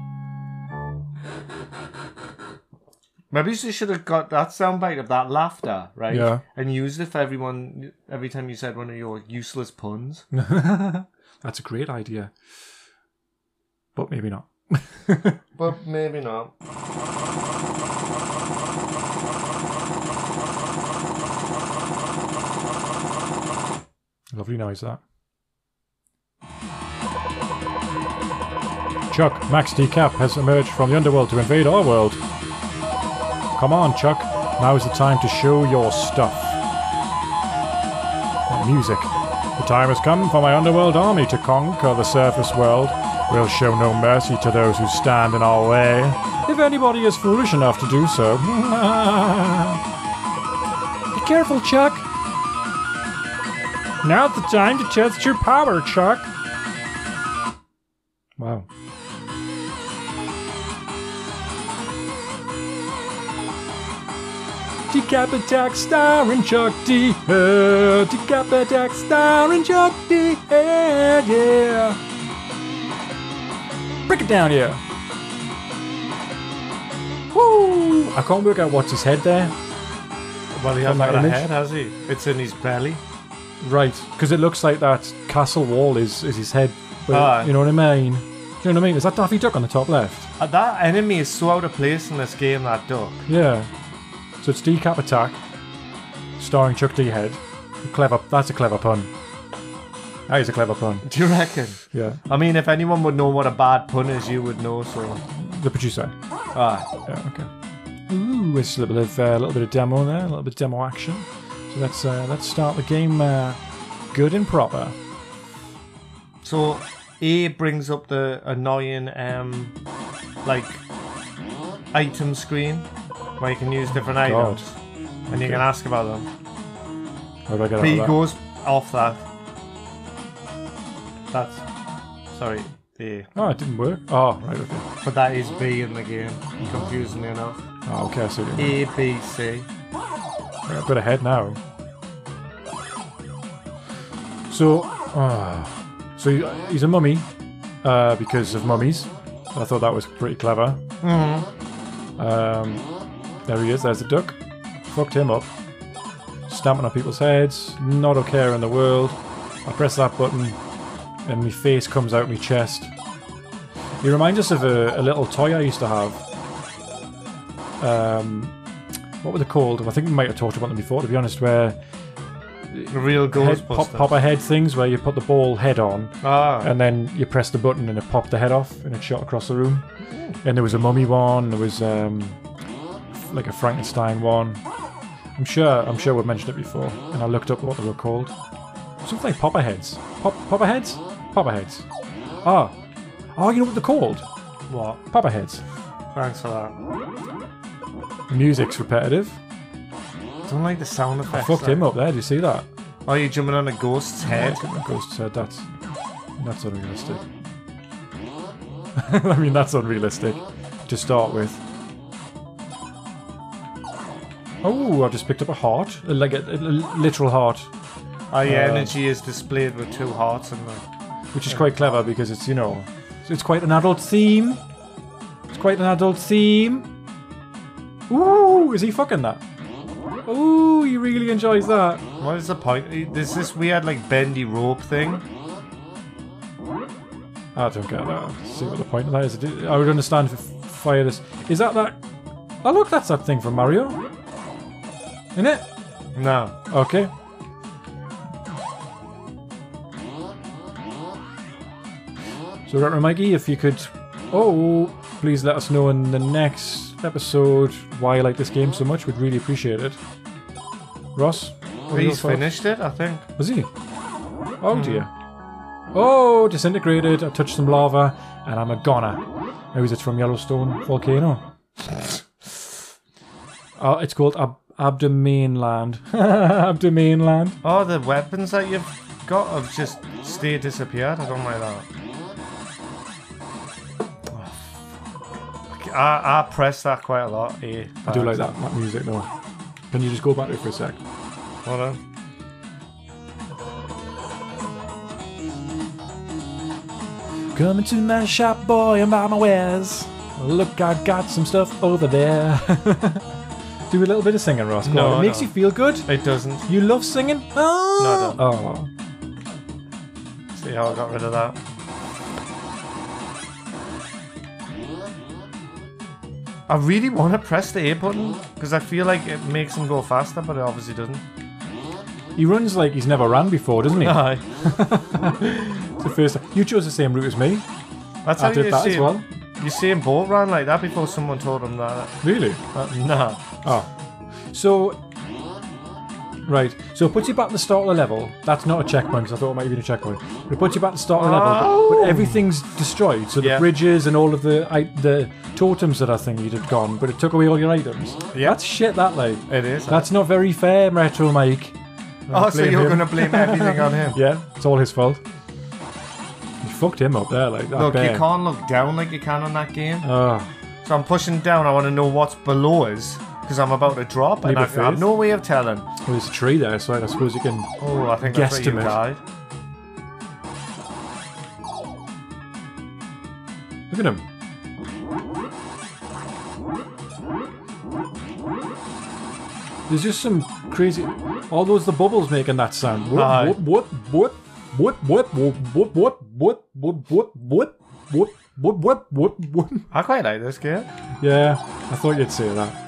Maybe you should have got that soundbite of that laughter, right? Yeah. And used it for everyone every time you said one of your useless puns. That's a great idea. But maybe not. But maybe not. Lovely noise that. Chuck, Max Decap has emerged from the underworld to invade our world. Come on, Chuck. Now is the time to show your stuff. Music. The time has come for my underworld army to conquer the surface world. We'll show no mercy to those who stand in our way. If anybody is foolish enough to do so. Be careful, Chuck. Now's the time to test your power, Chuck. Wow. Decap attack starring Chuck D. Head. Decap attack starring Chuck D. Head, yeah. Break it down here. Woo! I can't work out what's his head there. Well, he hasn't that got a image? head, has he? It's in his belly. Right, because it looks like that castle wall is, is his head. But Aye. you know what I mean? Do you know what I mean? Is that Daffy Duck on the top left? Uh, That enemy is so out of place in this game, that duck. Yeah. So it's Decap Attack, starring Chuck D Head. Clever. That's a clever pun. That is a clever pun. Do you reckon? Yeah. I mean, if anyone would know what a bad pun is, you would know, so. The producer. Ah, yeah, okay. Ooh, it's a little bit of uh, little bit of demo there, a little bit of demo action. So let's uh, let's start the game uh, good and proper. So A brings up the annoying um like item screen where you can use different God. items and you can ask about them. How do I get out B of that? goes off that. That's sorry, A. Oh, it didn't work. Oh, right, okay. But that is B in the game, confusingly enough. Oh, okay, I see. what you mean. A B C. Right, I've got a head now. So, ah, so he- he's a mummy uh, because of mummies. I thought that was pretty clever. Um, there he is. There's the duck. Fucked him up. Stamping on people's heads. Not a care in the world. I press that button, and my face comes out my chest. He reminds us of a, a little toy I used to have. Um, what were they called? I think we might have talked about them before, to be honest. Where The real head, pop, Ghostbusters. pop a head things, where you put the ball head on, Ah. and then you press the button and it popped the head off and it shot across the room. And there was a mummy one, there was um, f- like a Frankenstein one. I'm sure I'm sure we've mentioned it before, and I looked up what they were called. Something like popper heads. Pop popper heads? Popper heads. Ah. Oh, you know what they're called? what? Popper heads. Thanks for that. Music's repetitive. I don't like the sound effects. Fucked him though. up there, do you see that? Are you jumping on a ghost's head? That ghost said that's that's unrealistic. I mean that's unrealistic to start with. Oh, I've just picked up a heart, Uh, like a, a literal heart, Oh, yeah, Um, energy is displayed with two hearts and the. which is quite clever because it's you know it's quite an adult theme. It's quite an adult theme. Ooh, is he fucking that? Ooh, he really enjoys that. What is the point? There's this weird, like, bendy rope thing. I don't get that. See what the point of that is. I would understand if it fired us. Is that that? Oh look, that's that thing from Mario. Isn't it? No. Okay. So Retro Mikey, if you could, oh, please let us know in the next episode why you like this game so much. We'd really appreciate it. Ross, what are your He's thoughts? finished it, I think. Was he? Oh dear. Oh, disintegrated. I touched some lava and I'm a goner. Maybe it's from Yellowstone volcano. oh, it's called Ab- Abdomainland. Abdomainland. Oh, the weapons that you've got have just stay disappeared. I don't like that. Oh, fuck. I, I press that quite a lot. Eh, I do like that, that music though. Can you just go back to it for a sec? Hold on. Come into my shop, boy, and buy my wares. Look, I got some stuff over there. do a little bit of singing, Ross. Go No, on. It makes no. you feel good. It doesn't. You love singing? Oh! No, Oh. See how I got rid of that? I really want to press the A button because I feel like it makes him go faster, but it obviously doesn't. He runs like he's never ran before, doesn't he? Aye. It's the first time. You chose the same route as me. That's I how you did that see as well. You see him bolt run like that before someone told him that. Really? Uh, nah. Oh. So. Right. So it puts you back at the start of the level. That's not a checkpoint because I thought it might have been a checkpoint. But it puts you back at the start of the level. but- But, Oh. everything's destroyed. So the Yeah. bridges and all of the I, the totems that I think you'd have gone, but it took away all your items. Yeah. That's shit, that like. It is. That's not very fair, Retro Mike. oh, so blame you're him. going to blame everything on him. Yeah, it's all his fault. You fucked him up there, like that. Look, bear. you can't look down like you can on that game. Oh. So I'm pushing down. I want to know what's below us because I'm about to drop and Leave I, I it have face. no way of telling. Well, there's a tree there, so I suppose you can. Oh, I think that's where you Guesstimate. died. Look at him. There's just some crazy. All those the bubbles making that sound. Whoop, Aye. whoop, whoop, whoop, whoop, whoop, whoop, whoop, whoop, whoop, whoop, whoop, whoop, whoop, whoop, whoop, whoop. I quite like this game. Yeah, I thought you'd say that.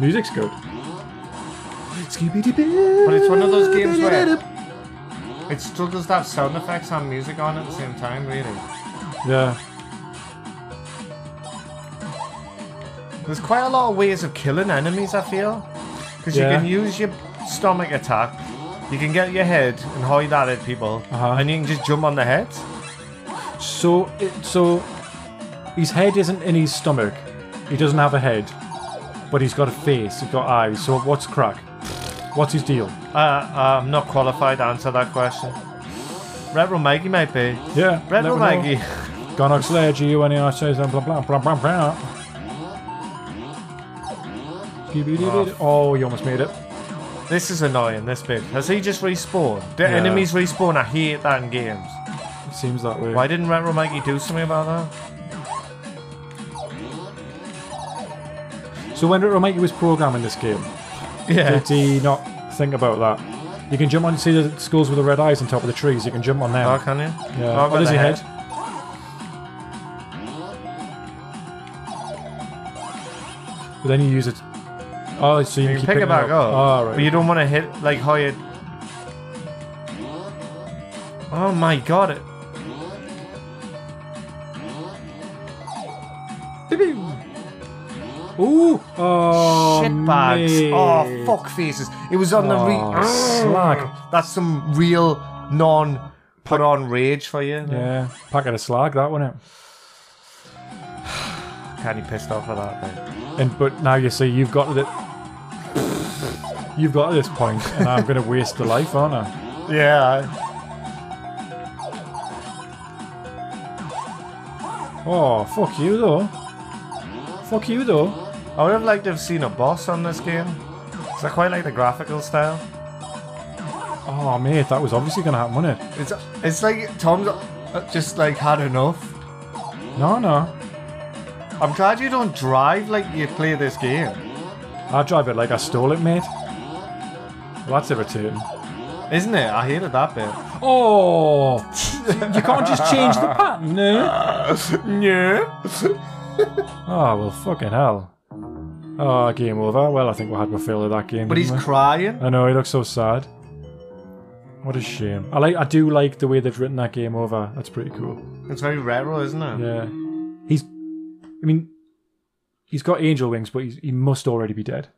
Music's good. But But it's one of those games where it struggles to have sound effects and music on at the same time, really. Yeah. There's quite a lot of ways of killing enemies, I feel. Because Yeah. you can use your stomach attack, you can get your head and hide that at people, Uh-huh. and you can just jump on their heads. So, it, so his head isn't in his stomach. He doesn't have a head, but he's got a face. He's got eyes. So what's crack? What's his deal? Uh, uh, I'm not qualified to answer that question. Red Room Maggie might be. Yeah. Red Room Maggie. Gonox Lair, G U N E I says blah blah blah blah blah. Doo-doo-doo-doo. Oh, you almost made it. This is annoying, this bit. Has he just respawned? Do Yeah. enemies respawn? I hate that in games. It seems that way. Why didn't Red Room Maggie do something about that? So when Romaki was programming this game, Yeah. did he not think about that? You can jump on, see the schools with the red eyes on top of the trees. You can jump on them. Oh, can you? Oh, Yeah. I've Oh, got there's the your head. But then you use it. Oh, so you, You keep can pick it picking back up. Oh, right. But you don't want to hit, like, how you. Oh my god. It... Ooh. Oh, Shitbags. mate. Oh, fuck faces. It was on the re. Oh, Arrgh. slag. That's some real non put on rage for you. Yeah, packet of slag that one. Out. Kind of pissed off at that thing. And but now you see you've got it. You've got to this point, and I'm going to waste the life, aren't I? Yeah. Oh, fuck you though. Fuck you though. I would have liked to have seen a boss on this game. 'Cause I quite like the graphical style. Oh mate, that was obviously going to happen, wasn't it? It's it's like Tom's uh, just like had enough. No, no. I'm glad you don't drive like you play this game. I drive it like I stole it, mate. Well, that's irritating. Isn't it? I hated that bit. Oh, you can't just change the pattern, no? yeah. Oh well, fucking hell. Oh, game over. Well, I think we had my fill of that game. But he's didn't we? crying. I know he looks so sad. What a shame. I like. I do like the way they've written that game over. That's pretty cool. It's very retro, isn't it? Yeah, he's. I mean, he's got angel wings, but he's, he must already be dead.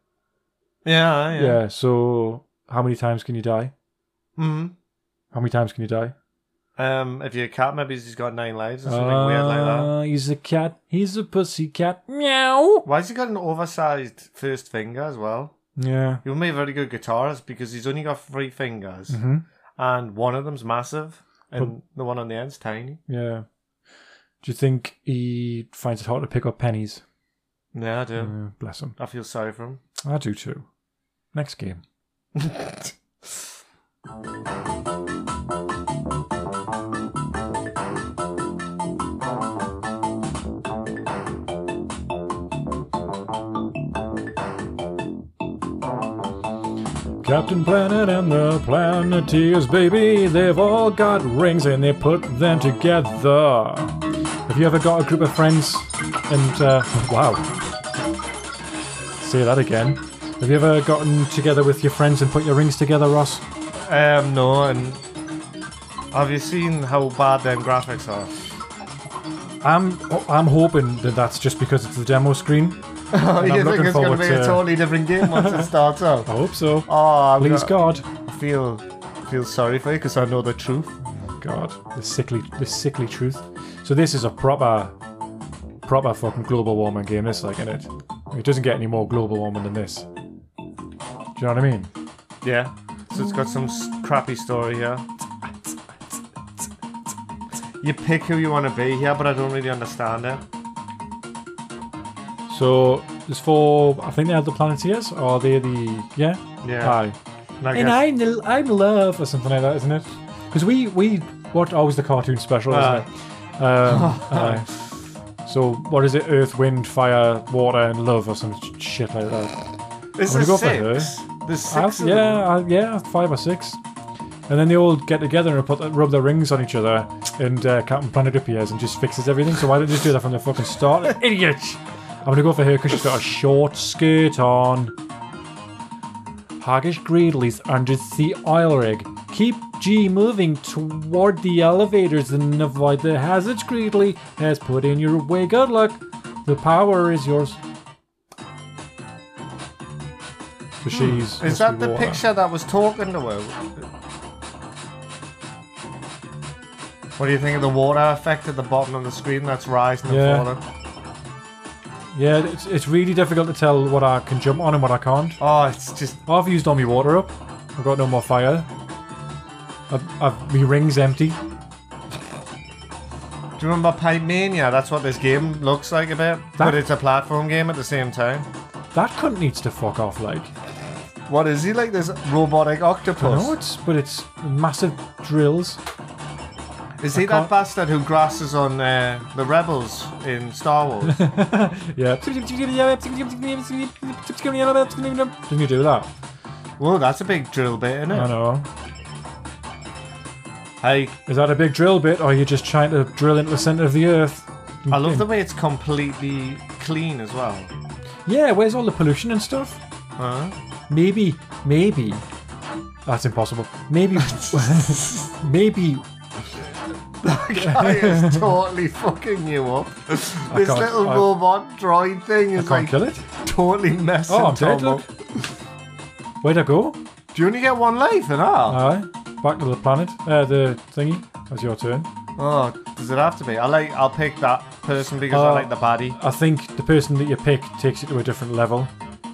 Yeah. Yeah. Yeah. So how many times can you die? Mhm. How many times can you die? Um, if you're a cat, maybe he's got nine lives or something weird like that. Ah, He's a cat. He's a pussy cat. Meow. Why's he got an oversized first finger as well? Yeah. He would be a very good guitarist because he's only got three fingers, hmm and one of them's massive, and the one on the end's tiny. Yeah. Do you think he finds it hard to pick up pennies? Yeah, I do. Uh, bless him. I feel sorry for him. I do too. Next game. Captain Planet and the Planeteers, baby, they've all got rings and they put them together. Have you ever got a group of friends and, uh, wow, say that again. Have you ever gotten together with your friends and put your rings together, Ross? Um, no, and have you seen how bad them graphics are? I'm I'm hoping that that's just because it's the demo screen. Oh, I'm you looking think it's going forward to be a to- totally different game once it starts up? I hope so. Oh, I'm Please gonna- God. I feel feel sorry for you because I know the truth. God, the sickly the sickly truth. So this is a proper proper fucking global warming game, this like, isn't it? It doesn't get any more global warming than this. Do you know what I mean? Yeah. So it's got some s- crappy story here. You pick who you want to be here, but I don't really understand it. So there's four I think they are the Planeteers, or they're the yeah? Yeah. Aye. And I And guess- I'm the, I'm love or something like that, isn't it? Because we we watch always the cartoon special, Aye. isn't it? Um, Ah. aye. So what is it? Earth, wind, fire, water, and love, or some sh- shit like that. Is I'm there gonna go for six? There's six I- of them. yeah, I- yeah, five or six. And then they all get together and put the- rub their rings on each other, and uh, Captain Planet appears and just fixes everything. So why don't you just do that from the fucking start, idiot? I'm gonna go for her because she's got a short skirt on. Haggish Greedley's under the oil rig. Keep G moving toward the elevators and avoid the hazards greedily has put in your way. Good luck. The power is yours. So she's. Is must that be the water. picture that was talking to her? What do you think of the water effect at the bottom of the screen that's rising and Yeah. falling? Yeah, it's, it's really difficult to tell what I can jump on and what I can't. Oh, it's just I've used all my water up. I've got no more fire. I've, I've, my ring's empty. Do you remember Pipe Mania? That's what this game looks like a bit. But it's a platform game at the same time. That cunt needs to fuck off, like. What is he like? This robotic I know octopus? it's, but it's massive drills. Is he can't- that bastard who grasses on uh, the rebels in Star Wars? Yeah. Didn't you do that? Whoa, that's a big drill bit, isn't I it? know. Hey, Is that a big drill bit, or are you just trying to drill into the center of the earth? I love the way it's completely clean as well. Yeah, where's all the pollution and stuff? Huh? Maybe, maybe. That's impossible. Maybe, maybe Guy is totally fucking you up. This can't- little I- robot droid thing I is can't like kill it. totally messing Oh, I'm Tom dead. up. Look. Where'd I go? Do you only get one life in all? Aye. Back to the planet. Uh, the thingy. That's your turn. Oh, does it have to be? I like. I'll pick that person because I Uh, like the baddie. I think the person that you pick takes it to a different level.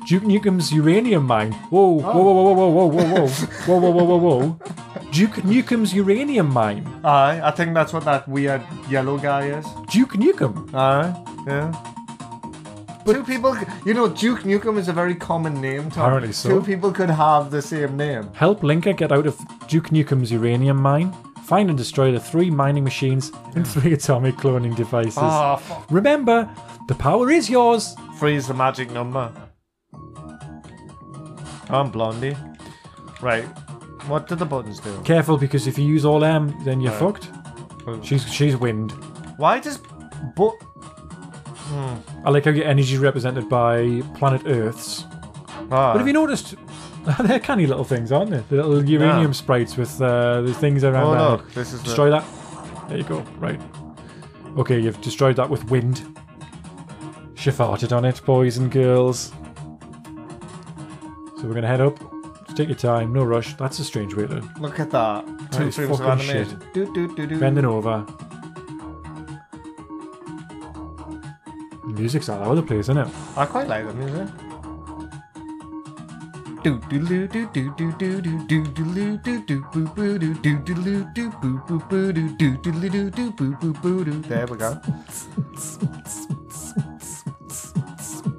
Duke Nukem's uranium mine. Whoa, whoa, whoa, whoa, whoa, whoa, whoa, whoa, whoa, whoa, whoa, whoa, whoa. Duke Nukem's uranium mine. Aye, I think that's what that weird yellow guy is. Duke Nukem. Aye, yeah. Two people, c- you know, Duke Nukem is a very common name. Tom. Apparently so. Two people could have the same name. Help Linker get out of Duke Nukem's uranium mine. Find and destroy the three mining machines and three atomic cloning devices. Ah, fuck. Remember, the power is yours. Three is the magic number. I'm Blondie. Right. What did the buttons do? Careful, because if you use all M, then you're fucked. She's she's wind. Why does but I like how your energy is represented by planet Earths. ah, But have you noticed? They're canny little things, aren't they? The little uranium sprites with uh, the things around Oh, their look, head. this is the- Destroy that. There you go. Right. Okay, you've destroyed that with wind. She farted on it, boys and girls. So we're gonna head up. Just take your time, no rush. That's a strange way to look at that? Two is frames of fucking shit. animation. Do, do, do, do. bending over. The music's all over the place, isn't it? I quite like the music. Do do do do do do do do do do do do do boo boo do do do do do boo boo boo do do do do do do boo boo boo do. There we go.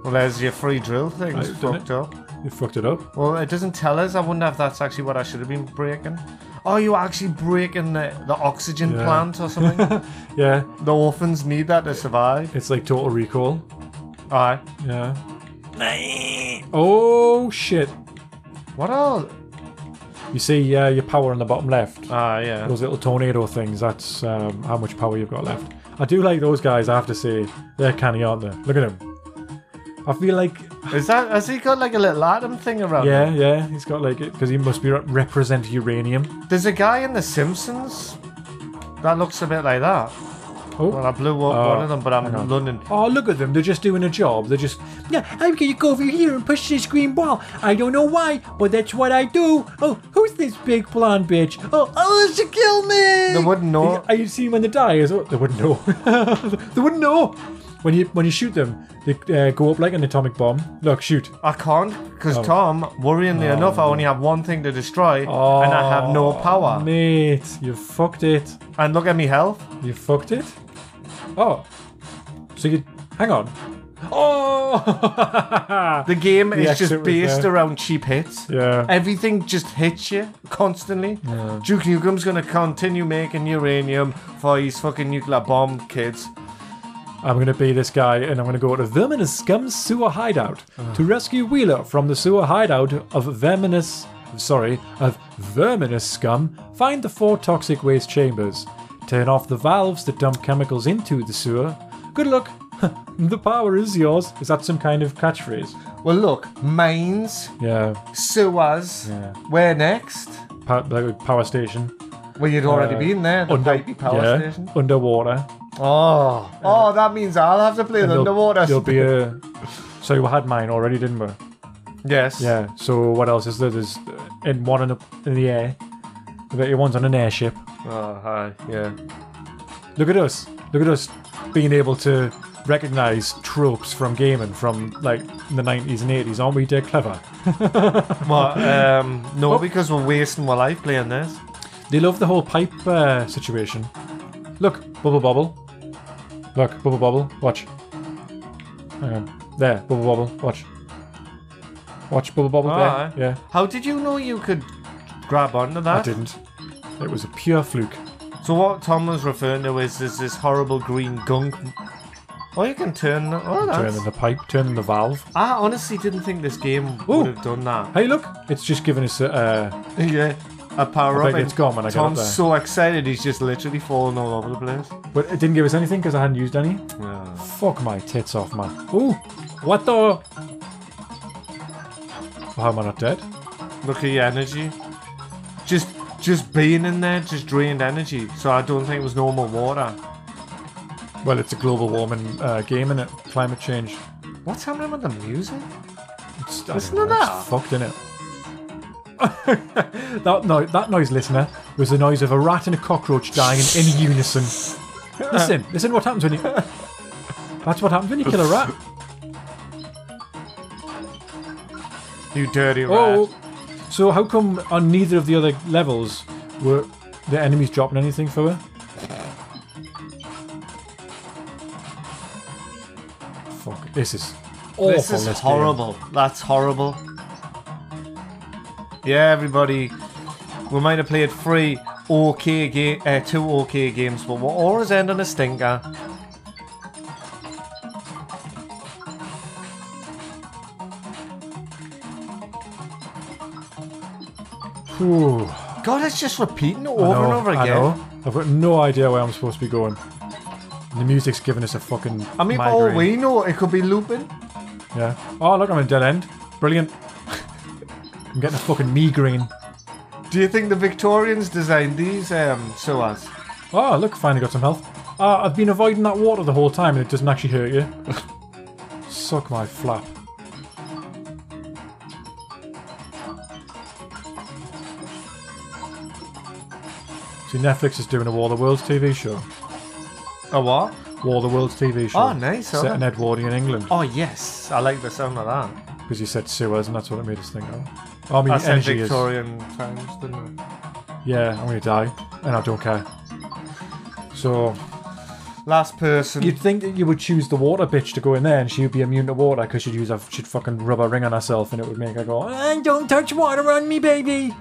Well, there's your free drill things Right, done fucked up. You fucked it up. Well, it doesn't tell us. I wonder if that's actually what I should have been breaking. Are you actually breaking the, the oxygen Yeah. plant or something? Yeah, the orphans need that to survive. it's like Total Recall. Aye. Yeah. Oh shit! What all? You see uh, your power on the bottom left. Ah, yeah. Those little tornado things. That's um, how much power you've got left. I do like those guys. I have to say, they're canny, aren't they? Look at him. I feel like Is that has he got like a little atom thing around? him? yeah, yeah. He's got like it because he must be re- represent uranium. There's a guy in The Simpsons that looks a bit like that. Well, Oh. I blew up Oh, one of them, but I'm hang on. running. Oh, look at them. They're just doing a job. They're just, yeah, I'm going to go over here and push this green ball. I don't know why, but that's what I do. Oh, who's this big blonde bitch? Oh, oh, she killed me. They wouldn't know. Are you seeing when they die? Is oh, they wouldn't know. they wouldn't know. When you when you shoot them, they uh, go up like an atomic bomb. Look, shoot. I can't because Oh. Tom, worryingly enough, I only have one thing to destroy, and I have Oh, no power. Mate, you fucked it. And look at me health. You fucked it. Oh, so you hang on. Oh, The game is exit just was based there. around cheap hits. yeah. Everything just hits you constantly. Duke Nukem's gonna continue making uranium for his fucking nuclear bomb kids. I'm going to be this guy and I'm going to go to Verminous Scum's sewer hideout Ah. to rescue Wheeler from the sewer hideout of Verminous. Sorry, of Verminous Scum. Find the four toxic waste chambers. Turn off the valves that dump chemicals into the sewer. Good luck. the power is yours. Is that some kind of catchphrase? Well, look, mines, Yeah. sewers. Yeah. Where next? pa- like a power station. Well, you'd already Uh, been there. The under- Pipey Power yeah, Station. underwater. Oh, oh, that means I'll have to play the And there'll- underwater. There'll be a. So we had mine already, didn't we? yes. Yeah. So what else is there? There's uh, and one in the, in the air. I bet you one's on an airship. Oh, hi. Yeah. Look at us. Look at us being able to recognize tropes from gaming from like the 90s and 80s. Aren't we dead clever? Well, um, no, because we're wasting my life playing this. They love the whole pipe uh, situation. Look, bubble bobble. Look, bubble bobble. Watch. Hang on. There, bubble bobble. Watch. Watch bubble bobble. there. Aye. Yeah. How did you know you could grab onto I that? didn't. It was a pure fluke. So what Tom was referring to is, is this horrible green gunk. Oh, you can turn. Oh, that's. Turning the pipe, turning the valve. I honestly didn't think this game Ooh. would have done that. Hey, look! It's just giving us a. Uh, yeah. A power I up. bet and it's gone when I get up Tom's there. so excited he's just literally falling all over the place. but it didn't give us anything because I hadn't used any. Yeah. Fuck my tits off, man. Ooh! What the? How am I not dead? Look at your energy. Just just being in there just drained energy. So I don't think it was normal water. Well, it's a global warming uh, game, and it? Climate change. What's happening with the music? It's, I Listen don't to know, that. It's fucked, in it? that, no, that noise, listener, was the noise of a rat and a cockroach dying in, in unison. Listen, listen what happens when you. That's what happens when you kill a rat. You dirty Oh, rat. so how come on neither of the other levels were the enemies dropping anything for her? Fuck, this is awful. this is game. horrible. That's horrible. Yeah, everybody. We might have played three okay game, uh, two okay games, but we're always ending a stinker. Phew. God, it's just repeating it I over and know, over I again. know. I've got no idea where I'm supposed to be going. The music's giving us a fucking. I mean, for all migraine. we know, it could be looping. Yeah. Oh, look, I'm in a dead end. Brilliant. I'm getting a fucking migraine. Do you think the Victorians designed these um, sewers? Oh, look, finally got some health. Ah, I've been avoiding that water the whole time and it doesn't actually hurt you. Suck my flap. See, Netflix is doing a War of the Worlds TV show. A what? War of the Worlds TV show. Oh, nice, Set alright. in Edwardian England. Oh, yes. I like the sound of that. Because you said sewers and that's what it made us think of. Oh, I mean, I said energy is. Victorian times, didn't I? Yeah, I'm going to die. And I don't care. So, Last person. You'd think that you would choose the water bitch to go in there, and she'd be immune to water because she'd use a she'd fucking rub a ring on herself, and it would make her go. "Ah, don't touch water on me, baby.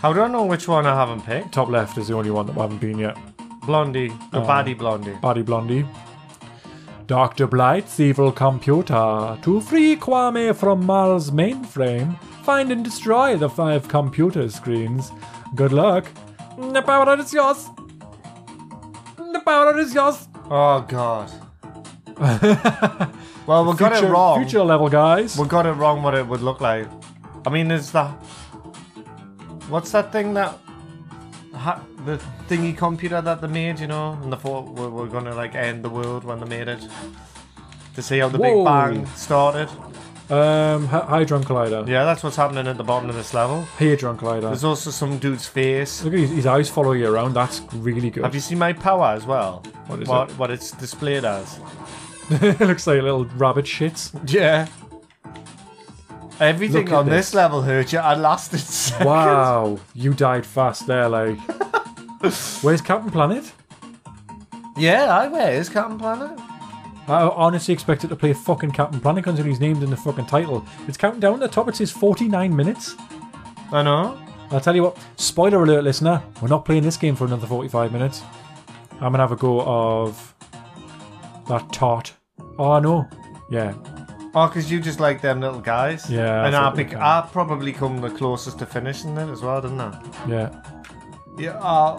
How do I know which one I haven't picked? Top left is the only one that I haven't been yet. Blondie. The baddie blondie. Body blondie. Doctor Blight's evil computer to free Kwame from Mars mainframe. Find and destroy the five computer screens. Good luck. The power is yours. The power is yours. Oh, God. well, we got it Future- wrong. Future level guys. We got it wrong what it would look like. I mean, is that. What's that thing that. Ha, the thingy computer that they made, you know? And they thought we were going to, like, end the world when they made it. To see how the Whoa. Big Bang started. Um, Hy- Hydron Collider. Yeah, that's what's happening at the bottom of this level. Hadron Collider. There's also some dude's face. Look at his, his eyes follow you around. That's really good. Have you seen my power as well? What is what, it? what it's displayed as? it looks like a little rabbit shits. Yeah. Everything Look at on this. this. level hurt you. I lasted seconds. Wow, you died fast there. Like, where's Captain Planet? Yeah, I wear is Captain Planet. I honestly expected to play fucking Captain Planet considering he's named in the fucking title. It's counting down the top. It says 49 minutes. I know. I'll tell you what. Spoiler alert, listener. We're not playing this game for another 45 minutes. I'm gonna have a go of that tart. Oh no. Yeah, Oh, because you just like them little guys. Yeah, I And I, thought bec- they were. I probably come the closest to finishing it as well, didn't I? yeah. Yeah. Uh,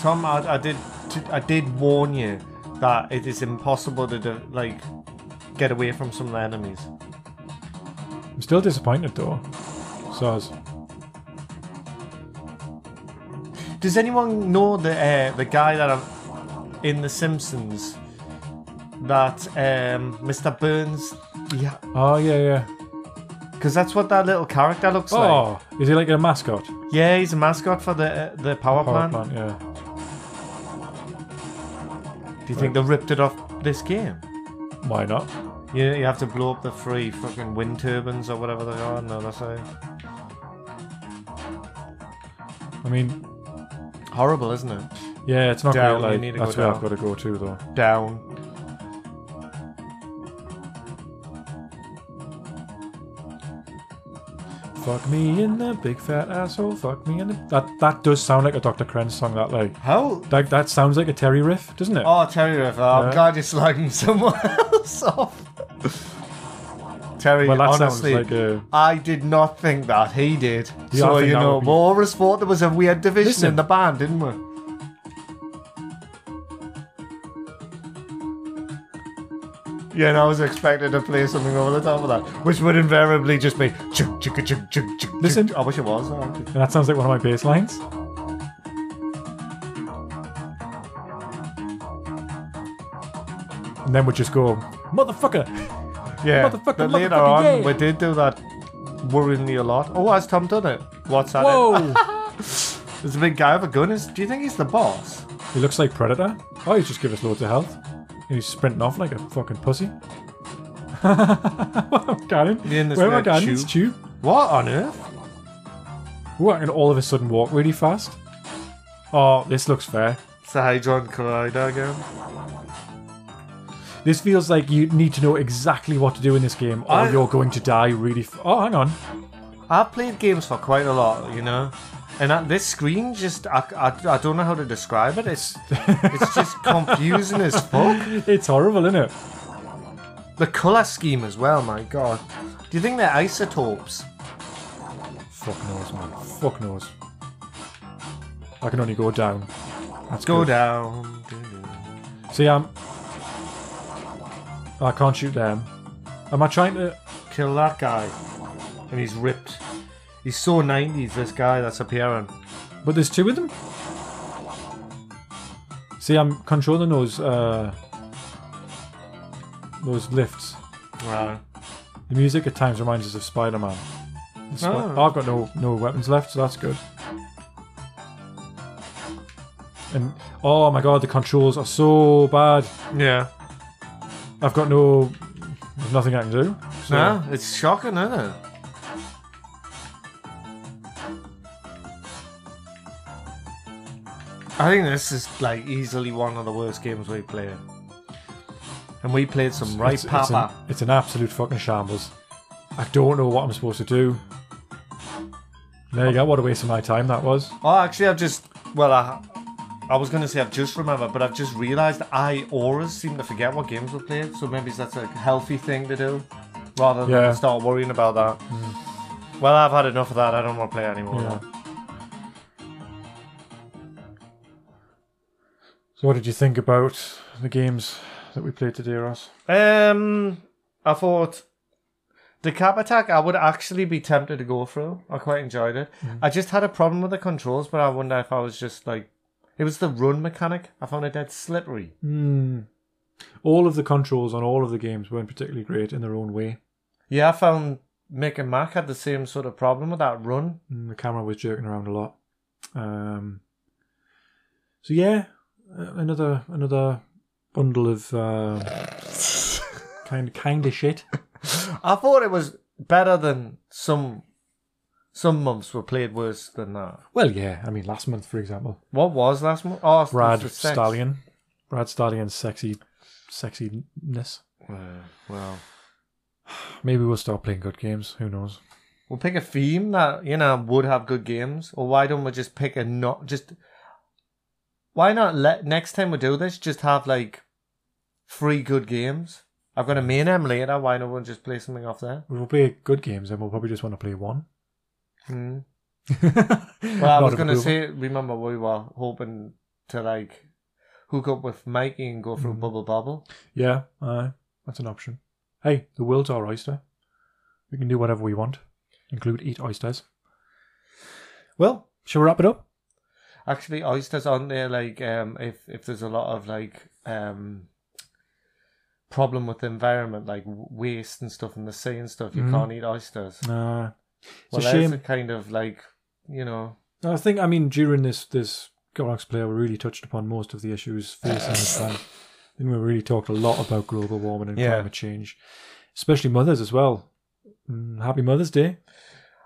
Tom, I, I did. T- I did warn you that it is impossible to do, like get away from some of the enemies. I'm still disappointed though. Soz. Does anyone know the uh, the guy that i in The Simpsons? That um, Mr. Burns, yeah, Oh yeah, yeah. because that's what that little character looks like. Oh, is he like a mascot? Yeah, he's a mascot for the uh, the power, Power plant. plant, yeah. Do you think they ripped it off this game? Why not? You, you have to blow up the three fucking wind turbines or whatever they are. No, that's a, I mean, horrible, isn't it? yeah, it's not Down, great. you Like, need to that's go where down. I've got to go to though. Down. Fuck me in the big fat asshole. Fuck me in the that that does sound like a Dr. Krenz song. That like How? that that sounds like a Terry riff, doesn't it? Oh, Terry River. I'm Yeah. glad you're slagging someone else off. Terry, well, that honestly, sounds like a. I did not think that. He did. Yeah, I so, think you that know, would be- we always thought there was a weird division Listen. in the band, didn't we? Yeah, and I was expected to play something over the top of that, which would invariably just be. Chug, chug, chug, chug, chug, chug. Listen. I wish it was. actually. And that sounds like one of my bass lines. And then we just go, motherfucker. Yeah, Motherfucker, but later motherfucker, on, yeah. we did do that worryingly a lot. Oh, has Tom done it? What's that? Whoa. There's a big guy with a gun. Is, do you think he's the boss? he looks like Predator. Oh, he's just give us loads of health. And he's sprinting off like a fucking pussy. Cannon. Me and this Where am I weird going? tube. It's tube. What on earth? Ooh, I can all of a sudden walk really fast. Oh, this looks fair. It's the Hadron Collider again. This feels like you need to know exactly what to do in this game, or I- you're going to die really. F- oh, hang on. I've played games for quite a lot, you know, and at this screen just I, I, I don't know how to describe it. It's it's just confusing as fuck. It's horrible, isn't it? The color scheme as well. My God, do you think they're isotopes? Fuck knows, man. Fuck knows. I can only go down. That's Go good. down. See, I'm. I can't shoot them. Am I trying to? Kill that guy, and he's ripped. He's so 90s. This guy that's appearing. But there's two of them. See, I'm controlling those. Uh, those lifts. Wow. The music at times reminds us of Spider-Man. It's Spi- Oh. I've got no no weapons left, so that's good. And oh my god, the controls are so bad. Yeah. I've got no, there's nothing I can do. So No, it's shocking, isn't it? I think this is like easily one of the worst games we played. And we played some right it's, it's, an, papa. it's an absolute fucking shambles. I don't know what I'm supposed to do. There you go. What a waste of my time that was. oh, actually, I've just well, I, I was gonna say I've just remembered, but I've just realised I always seem to forget what games we played. So maybe that's a healthy thing to do, rather than Yeah. Mm. start worrying about that. Well, I've had enough of that. I don't want to play anymore. Yeah. So what did you think about the games that we played today, Ross? Um, I thought the cap attack. I would actually be tempted to go through. I quite enjoyed it. I just had a problem with the controls, but I wonder if I was just like, it was the run mechanic. I found it dead slippery. Hmm. All of the controls on all of the games weren't particularly great in their own way. Yeah, I found Mick and Mac had the same sort of problem with that run. Mm, The camera was jerking around a lot. Um, so yeah, uh, another another bundle of uh, kind kind of shit. I thought it was better than some. Some months were played worse than that. Well, yeah, I mean last month, for example, What was last month? Oh, it's the Brad sex. Stallion, Brad Stallion's sexy sexiness. Yeah, well, Maybe we'll start playing good games. Who knows? We'll pick a theme that you know would have good games, or why don't we just pick a not just? Why not let next time we do this just have like three good games? I've got a main M later. Why don't we just play something off there? We'll play good games, and we'll probably just want to play one. Hmm. Well, I Well, was gonna say, remember we were hoping to like hook up with Mikey and go for a Mhm. bubble bubble. Yeah, aye, that's an option. Hey, the world's our oyster. We can do whatever we want, include eat oysters. Well, shall we wrap it up? Actually, oysters on there. Like, um, if if there's a lot of like um problem with the environment, like w- waste and stuff in the sea and stuff, you Mhm. can't eat oysters. Uh, Well, it's a there's shame. a kind of like you know. I think I mean during this this Galax player, we really touched upon most of the issues facing the planet. I think we really talked a lot about global warming and Yeah. climate change, especially mothers as well. Mm, happy Mother's Day.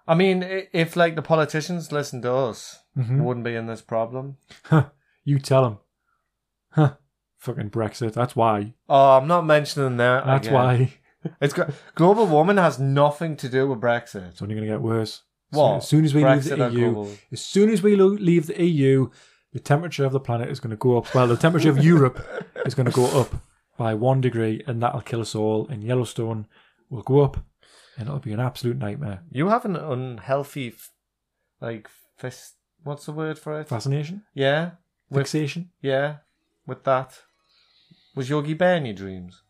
I mean, i- if like the politicians listened to us, Mhm. wouldn't be in this problem. You tell them. Huh. Fucking Brexit. That's why. Oh, I'm not mentioning that. That's again. why. It's got, global warming has nothing to do with Brexit. It's only going to get worse. What? As soon as we leave Brexit the E or EU, global? as soon as we lo- leave the EU, the temperature of the planet is going to go up. Well, the temperature of Europe is going to go up by one degree, and that'll kill us all. And Yellowstone will go up, and it'll be an absolute nightmare. You have an unhealthy, f- like, fist. What's the word for it? Fascination, Yeah, With- fixation. yeah. With that, was Yogi Bear in your dreams?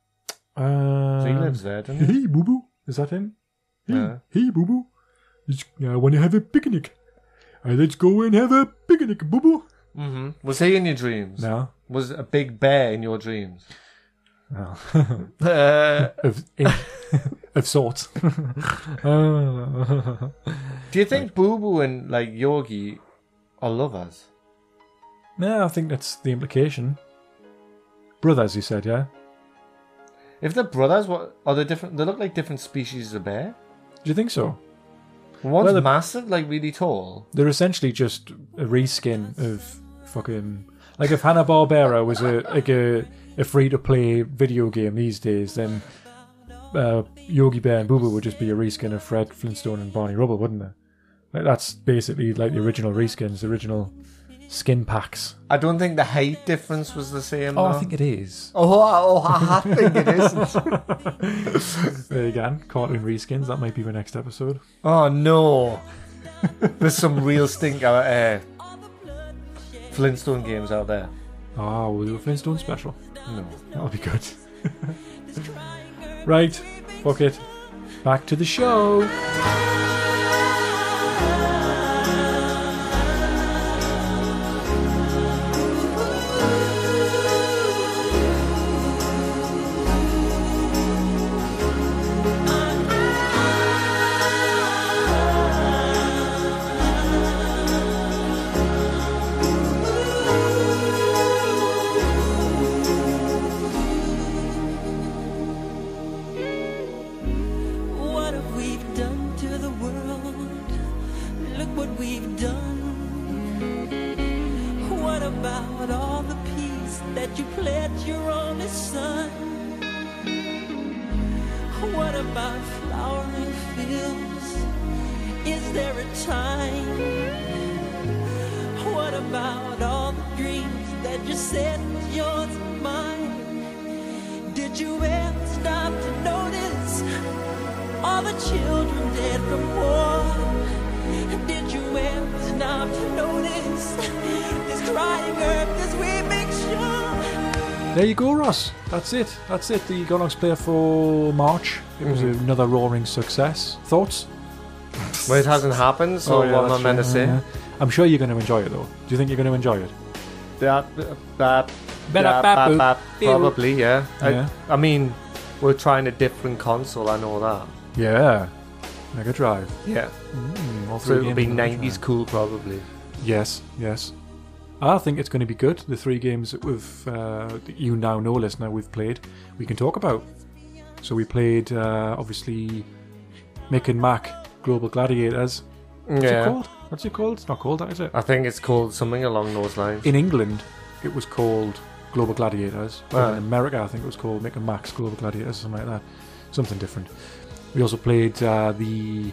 Um, So he lives Uh-huh. there, doesn't he? Hey, boo boo. Is that him? Hey, Yeah. hey, boo boo. It's- I want to have a picnic. Uh, let's go and have a picnic, boo boo. hmm Was he in your dreams? No. Was a big bear in your dreams? No. Uh, of of sorts. Uh, do you think Boo Boo and like Yogi are lovers? no, I think that's the implication. Brothers, you said, yeah. If they're brothers, what are they different? They look like different species of bear. Do you think so? One's Well, the- massive, like really tall. They're essentially just a reskin of fucking like if Hanna Barbera was a like a, a free to play video game these days, then uh, Yogi Bear and Boo Boo would just be a reskin of Fred Flintstone and Barney Rubble, wouldn't they? Like that's basically like the original reskins, the original skin packs. I don't think the height difference was the same. Oh, though. I think it is. Oh, I- oh, I think it isn't. There you go. Cartoon reskins. That might be my next episode. Oh no, there's some real stink out there. Flintstone games out there. Ah, we'll do a Flintstone special. No, That'll be good. right. Fuck it. Back to the show. What have we done to the world? Look what we've done. What about all the peace that you pledged your only son? What about flowering fields? Is there a time? What about all the dreams that you said was yours and mine? Did you ever stop to notice? All the children dead from war. Did you ever stop to notice this crying earth as we make sure? There you go, Ross. That's it. That's it. The Gonox player for March. It was Mm-hmm. another roaring success. Thoughts? well, it hasn't happened. So Oh, yeah, what am I that's meant to true. say? Yeah. I'm sure you're going to enjoy it, though. Do you think you're going to enjoy it? That, that, Bada that, bap that, that, boop. probably, yeah. Yeah. I, I mean, we're trying a different console. I know that. Yeah. Mega Drive. Yeah. Mm, all So three it'll be games on Mega Drive. '90s cool, probably. Yes, yes. I think it's going to be good. The three games that we've, uh, that you now know, listener, we've played, we can talk about. So we played, uh, obviously, Mick and Mac Global Gladiators. What's it Yeah. called? What's it called? It's not called that, is it? I think it's called something along those lines. In England, it was called Global Gladiators. But Right. in America, I think it was called Mick and Mac's Global Gladiators, something like that. Something different. We also played uh, the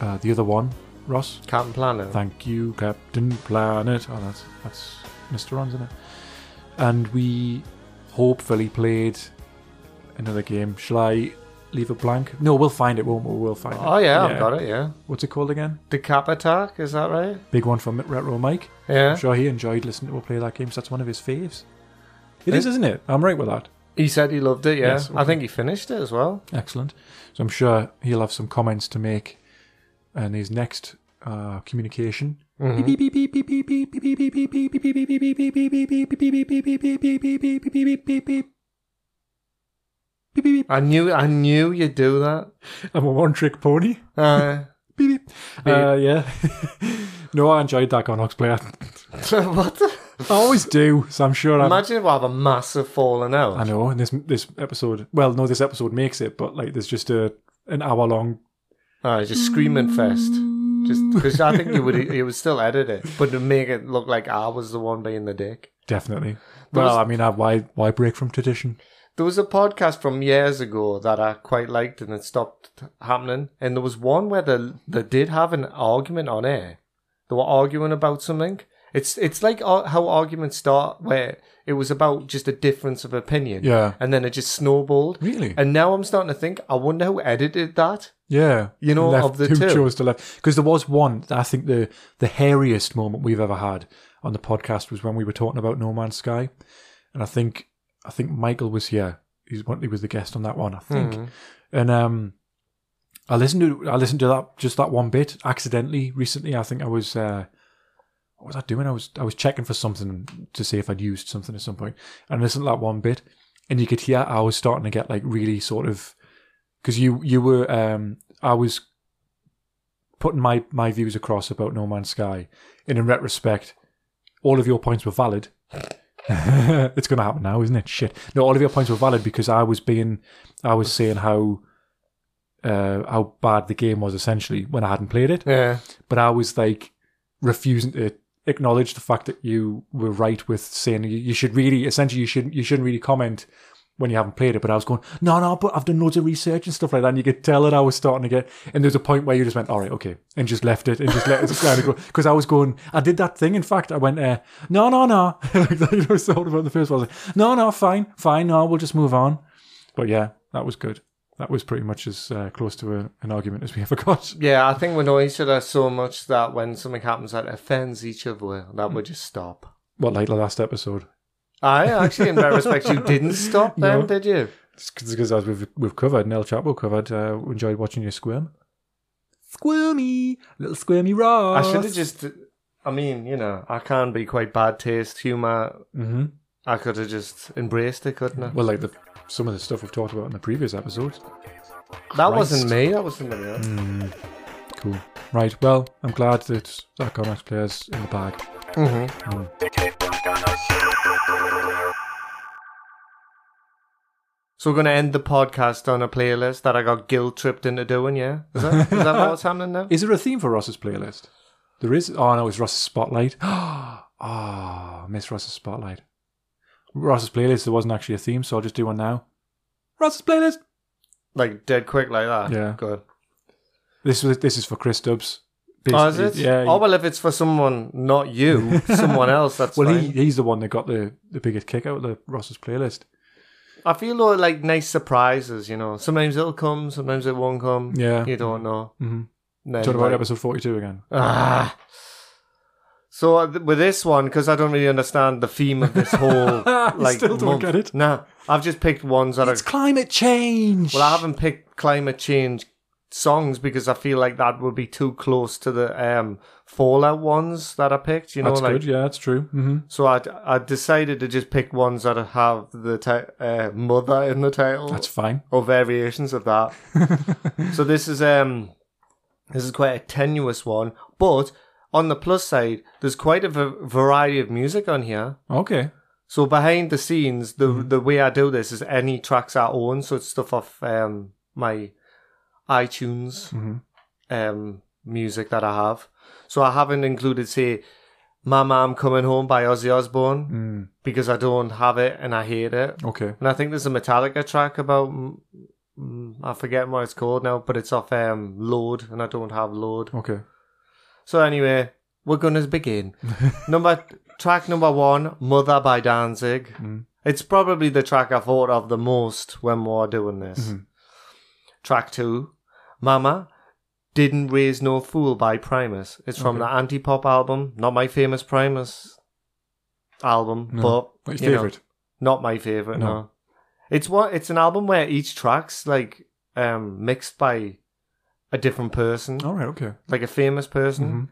uh, the other one, Ross. Captain Planet. Thank you, Captain Planet. Oh, that's that's Mr. Ron's in it. And we hopefully played another game. Shall I leave a blank? No, we'll find it, won't we? We'll find it. Oh yeah, I've got it. Yeah. What's it called again? The Cap Attack. Is that right? Big one from Retro Mike. Yeah. I'm sure he enjoyed listening to us play that game. So that's one of his faves. It Eh? is, isn't it? I'm right with that. He said he loved it, yeah. Yes, I think he finished it as well. Excellent. So I'm sure he'll have some comments to make in his next uh, communication. I knew, I knew you'd do that. I'm a one-trick pony. Uh, Beep, beep. Uh, yeah. no, I enjoyed that Gonox player. what? I always do, so I'm sure I'm. Imagine we'll have a massive falling out. I know, and this this episode. Well, no, this episode makes it, but like, there's just a an hour long. Aye, Ah, just screaming fest. Just because I think you would you would still edit it, but to make it look like I was the one being the dick. Definitely. There Well, was- I mean, I, why why break from tradition? There was a podcast from years ago that I quite liked, and it stopped happening. And there was one where they they did have an argument on air. They were arguing about something. It's it's like ar- how arguments start, where it was about just a difference of opinion. Yeah. and then it just snowballed. Really? And now I'm starting to think. I wonder who edited that. Yeah, You know, left, of the who two. chose to left because there was one. I think the the hairiest moment we've ever had on the podcast was when we were talking about No Man's Sky, and I think I think Michael was here. He's one. He was the guest on that one, I think. Hmm. And um, I listened to I listened to that just that one bit accidentally recently. I think I was uh, what was I doing? I was I was checking for something to see if I'd used something at some point, and I listened to that one bit, and you could hear I was starting to get like really sort of because you you were um I was putting my my views across about No Man's Sky, and in retrospect, all of your points were valid. it's going to happen now, isn't it? Shit. No, all of your points were valid because I was being, I was saying how, uh, how bad the game was essentially when I hadn't played it, Yeah, but I was like refusing to acknowledge the fact that you were right with saying you, you should really, essentially, you shouldn't, you shouldn't really comment when you haven't played it. But I was going, no, no, but I've done loads of research and stuff like that. And you could tell that I was starting to get, and there's a point where you just went, all right, okay, and just left it and just let it kind of go. Because I was going, I did that thing. In fact, I went, uh, no, no, no. like that, you know, sort of on the first one. I was like, no, no, fine, fine, no, we'll just move on. But yeah, that was good. That was pretty much as uh, close to a, an argument as we ever got. yeah. I think we know each other so much that when something happens that offends each other, that Hmm. we just stop. What, like the last episode? I actually, in retrospect, you didn't stop then, No. did you? because as we've we've covered, Nell Chapel covered, uh, enjoyed watching you squirm. Squirmy, little squirmy I Ross. should have just. I mean, you know, I can be quite bad taste humor. hmm I could have just embraced it, couldn't I? Well, like the some of the stuff we've talked about in the previous episodes. that Christ. Hmm. wasn't me. That was somebody else. Cool. Right. Well, I'm glad that that Comex player's in the bag. Mm-hmm. So we're going to end the podcast on a playlist that I got guilt tripped into doing. Yeah, is that, is that what's happening now? Is there a theme for Ross's playlist? There is. Oh no, it's Ross's spotlight. Ah, miss Ross's spotlight. Ross's playlist. There wasn't actually a theme, so I'll just do one now. Ross's playlist. Like dead quick, like that. Yeah. Good. This was this is for Chris Stubbs. Oh, is it? Yeah. Oh well, if it's for someone not you, someone else, that's Well, fine. he, he's the one that got the, the biggest kick out of the Ross's playlist. I feel like, like nice surprises. You know, sometimes it'll come, sometimes it won't come. Yeah. You don't know. Mm-hmm. Then, Talking about like, episode 42 again. Ah. So uh, th- with this one, because I don't really understand the theme of this whole I like still don't month. get it. Nah, I've just picked ones that It's are. climate change. Well, I haven't picked climate change songs because I feel like that would be too close to the um, Fallout ones that I picked. You know, That's like good. Yeah, that's true. Mm-hmm. so I I decided to just pick ones that have the ti- uh, mother in the title That's fine. or variations of that. so this is um this is quite a tenuous one, but on the plus side, there's quite a v- variety of music on here. Okay. So behind the scenes, the the way I do this is any tracks I own, so it's stuff off um my iTunes Mhm. um music that I have. So I haven't included say My Mom Coming Home by Ozzy Osbourne Mm, because I don't have it and I hate it. okay. And I think there's a Metallica track about mm, mm, I forget what it's called now, but it's off um, Load, and I don't have Load. Okay. So anyway, we're gonna begin. number track number one, Mother by Danzig. Mm. It's probably the track I thought of the most when we were doing this. Mm-hmm. Track two, Mama. Didn't Raise No Fool by Primus. It's from Okay. the anti pop album, not my famous Primus album, No. but What's you your know. favourite? Not my favorite. No. No. It's what it's an album where each track's like um mixed by a different person, All right, okay. like a famous person.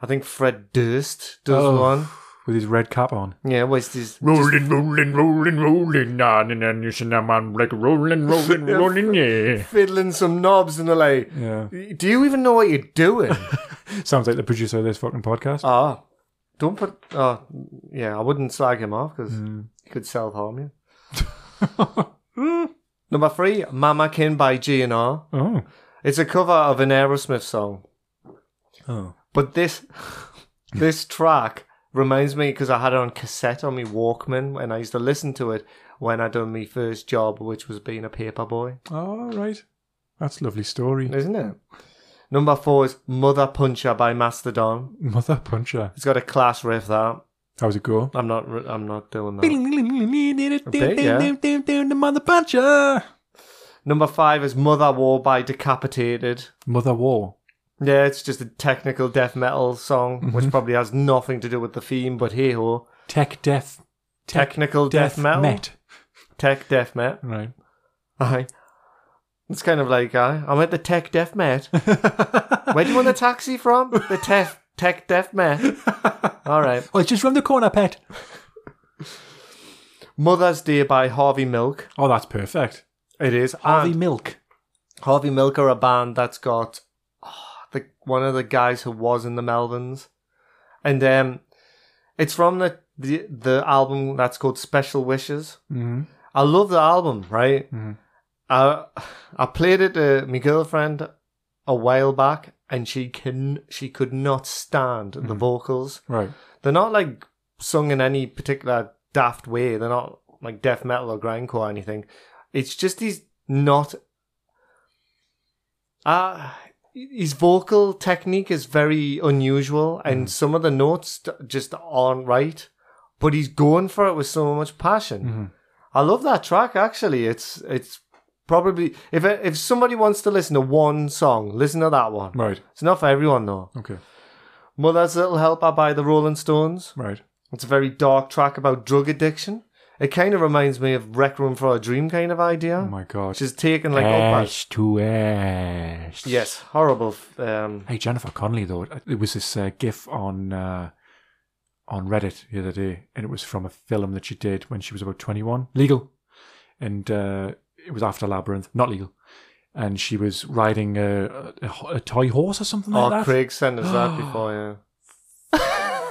I think Fred Durst does Oh. one. With his red cap on. Yeah, where's this? Rolling, rolling, rolling, rolling on and on. You should have man like rolling, rolling, rolling, yeah. Fiddling some knobs and they're like, Yeah. do you even know what you're doing? Sounds like the producer of this fucking podcast. Ah, don't put. Oh, yeah, I wouldn't slag him off because he could self harm you. Hmm. Number three, Mama Kin by G and R. oh. It's a cover of an Aerosmith song, Oh. but this this track reminds me because I had it on cassette on me Walkman and I used to listen to it when I done my first job, which was being a paper boy, All right. That's a lovely story. isn't it? Number four is Mother Puncher by Mastodon. Mother Puncher. It's got a class riff that How's it go? I'm not re- I'm not doing that. bit, yeah. The Mother Puncher. Number five is Mother War by Decapitated. Mother War. Yeah, it's just a technical death metal song, which probably has nothing to do with the theme, but hey ho. Tech Death. Technical death, metal? Met. Tech death met. Right. Aye. It's kind of like, aye, I'm at the tech death met. Where do you want the taxi from? The tech, tech death met. All right. Oh, it's just round the corner, pet. Mother's Day by Harvey Milk. Oh, that's perfect. It is. Harvey And- Milk. Harvey Milk are a band that's got ah, the one of the guys who was in the Melvins, and um, it's from the, the the album that's called Special Wishes. Mm-hmm. I love the album, right? Mhm. I I played it to my girlfriend a while back, and she can she could not stand the vocals. Right. They're not like sung in any particular daft way. They're not like death metal or grindcore or anything. It's just he's not. Uh, his vocal technique is very unusual, and some of the notes d- just aren't right. But he's going for it with so much passion. I love that track. Actually, it's it's probably if if somebody wants to listen to one song, listen to that one. Right. It's not for everyone though. Okay. Mother's Little Helper by the Rolling Stones. Right. It's a very dark track about drug addiction. It kind of reminds me of Rec Room for a Dream kind of idea. Oh my Eh, god. Which is taken like, oh, by- to ash. yes, horrible. f- Um, Hey, Jennifer Connelly though. It was this uh, GIF on uh, on Reddit the other day, and it was from a film that she did when she was about twenty-one. Legal, and uh, it was after Labyrinth. Not legal. And she was riding a, a, a toy horse or something oh, like that. Craig sent us that before, yeah.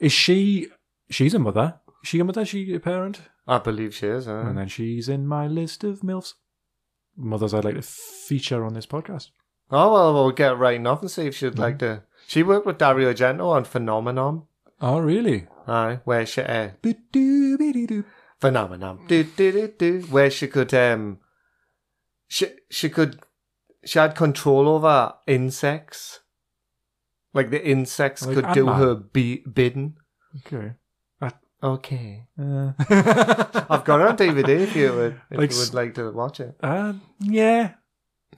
Is she? She's a mother. Is she a mother? Is she a parent? I believe she is. Huh? And then she's in my list of MILFs. Mothers I'd like to feature on this podcast. Oh, well, we'll get writing off and see if Mm-hmm. she'd like to. She worked with Dario Argento on Phenomenon. Oh, really? Aye, where she uh, phenomenon. Do, do, do, do, where she could um she she could she had control over insects. Like the insects Like could do Ant-Man. her be- bidding. Okay. Okay. Uh, I've got it on DVD if you would if Like you s- would like to watch it. uh, yeah. Is it-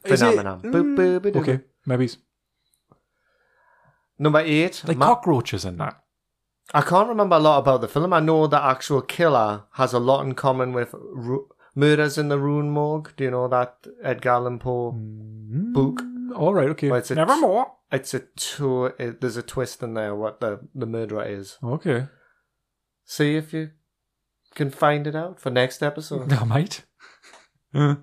Mm. Phenomenon. Boop, boop, boop, Okay, boop. maybe. it's- Number eight. Like Ma- cockroaches and that. I can't remember a lot about the film. I know the actual killer has a lot in common with Ru- Murders in the Rune Morgue. Do you know that Edgar Allan Poe Mm. book? All right, okay. Well, it's a- Nevermore. It's a two. It, there's a twist in there. What the the murderer is. Okay. See if you can find it out for next episode. I might. Uh,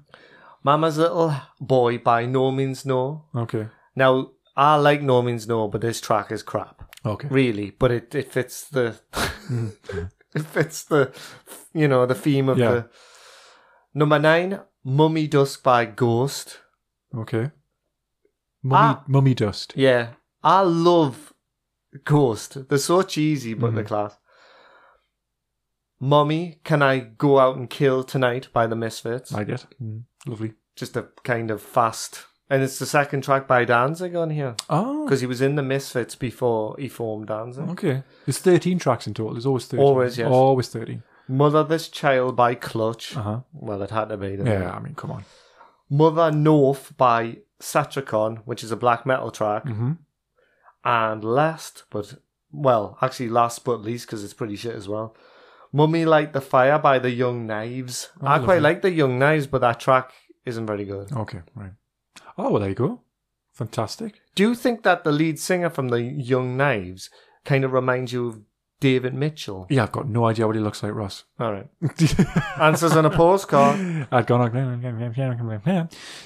Mama's little boy by No Means No. okay. Now I like No Means No, but this track is crap, Okay. really. But it it fits the it fits the you know the theme of Yeah. the number nine. Mummy Dusk by Ghost. Okay. Mummy, Ah. mummy dust. Yeah, I love Ghost. They're so cheesy, but Mm-hmm. they're class. Mommy, can I go out and kill tonight by the Misfits? Like it. Mm, Lovely. Just a kind of fast, and it's the second track by Danzig on here Oh. because he was in the Misfits before he formed Danzig. Okay. There's 13 tracks in total. There's always 13. Always, yes. Always 13. Mother This Child by Clutch. Uh huh. Well, it had to be. didn't Yeah, it? I mean, come on. Mother North by Satricon, which is a black metal track. Mm-hmm. And last, but well, actually last but least, because it's pretty shit as well. Mummy Light the Fire by the Young Knives. I quite lovely. like the Young Knives, but that track isn't very good. Okay, right. Oh, well, there you go. Fantastic. Do you think that the lead singer from the Young Knives kind of reminds you of David Mitchell? Yeah, I've got no idea what he looks like, Ross. All right. Answers on a postcard. I'd gone,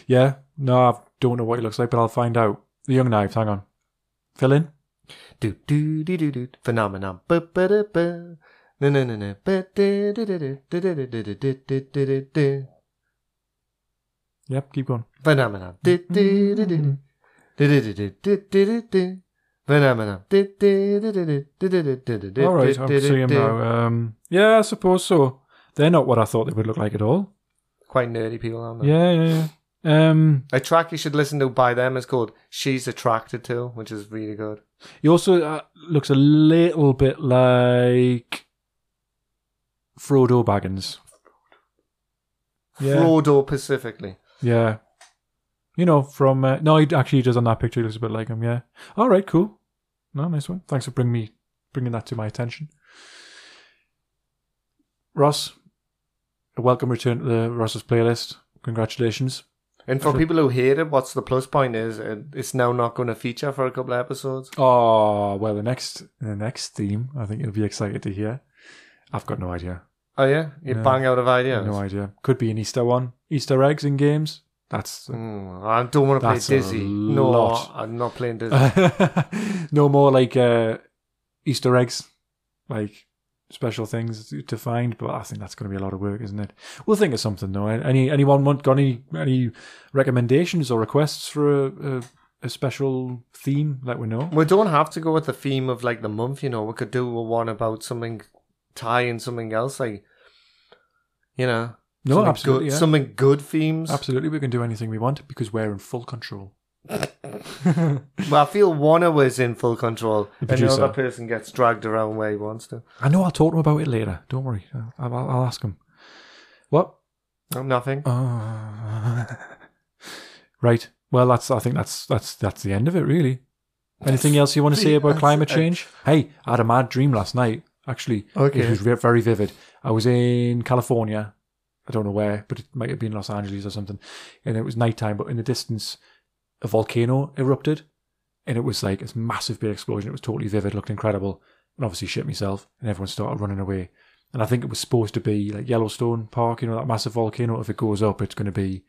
yeah, no, I don't know what he looks like, but I'll find out. The Young Knives, hang on. Fill in. Do do do do do. Phenomenon. Ba ba da ba. Na na na na. Ba da da da da da da da da da da da da da. Yep, keep going. Phenomenon. Do do do do do. Do do do do do do do do. Phenomenon. Do do do do do do do do do do do. All right, do I'm do do seeing him do. now. Um, yeah, I suppose so. They're not what I thought they would look like at all. Quite nerdy people, aren't they? Yeah, yeah, yeah. Um, A track you should listen to by them is called "She's Attracted to," which is really good. he also uh, looks a little bit like Frodo Baggins. Yeah, Frodo specifically. yeah. You know, from uh, no, he actually he does on that picture. He looks a bit like him. Yeah. All right, cool. No, nice one. Thanks for bringing me bringing that to my attention. Ross, a welcome return to the Ross's playlist. Congratulations. And for people who hate it, what's the plus point is it, it's now not going to feature for a couple of episodes. Oh well, the next the next theme I think you'll be excited to hear. I've got no idea. Oh yeah, you No. bang out of ideas. No idea. Could be an Easter one. Easter eggs in games. That's Mm, I don't want to play That's a Dizzy. No, lot. I'm not playing Dizzy. no more like uh, Easter eggs, like special things to find. But I think that's going to be a lot of work, isn't it? We'll think of something though. Any anyone want got any any recommendations or requests for a, a, a special theme? Let we know. we don't have to go with the theme of like the month. You know, we could do a one about something tying something else, like you know, No, something absolutely, good, yeah. something good themes. Absolutely, we can do anything we want because we're in full control. Well, I feel one of us in full control, and the producer. other person gets dragged around where he wants to. I know I'll talk to him about it later. Don't worry. I'll, I'll, I'll ask him. What? Oh, nothing. Uh, right. Well, that's. I think that's that's that's the end of it, really. Anything else you want to say about climate change? Hey, I had a mad dream last night. Actually, Okay. it was ve- very vivid. I was in California. I don't know where, but it might have been Los Angeles or something. And it was nighttime, but in the distance, a volcano erupted, and it was like this massive big explosion. It was totally vivid, looked incredible, and obviously shit myself, and everyone started running away. And I think it was supposed to be like Yellowstone Park, you know, that massive volcano. If it goes up, it's going to be,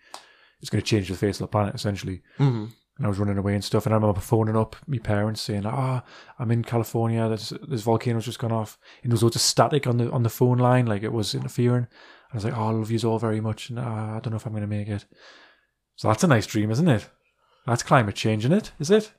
it's going to change the face of the planet essentially Mhm. and I was running away and stuff. And I remember phoning up my parents saying, "Ah, I'm in California. This this volcano's just gone off." And there was loads of static on the on the phone line, like it was interfering. And I was like, "Oh, I love you all very much, and uh, I don't know if I'm going to make it." So that's a nice dream, isn't it? That's climate change, isn't it? Is it?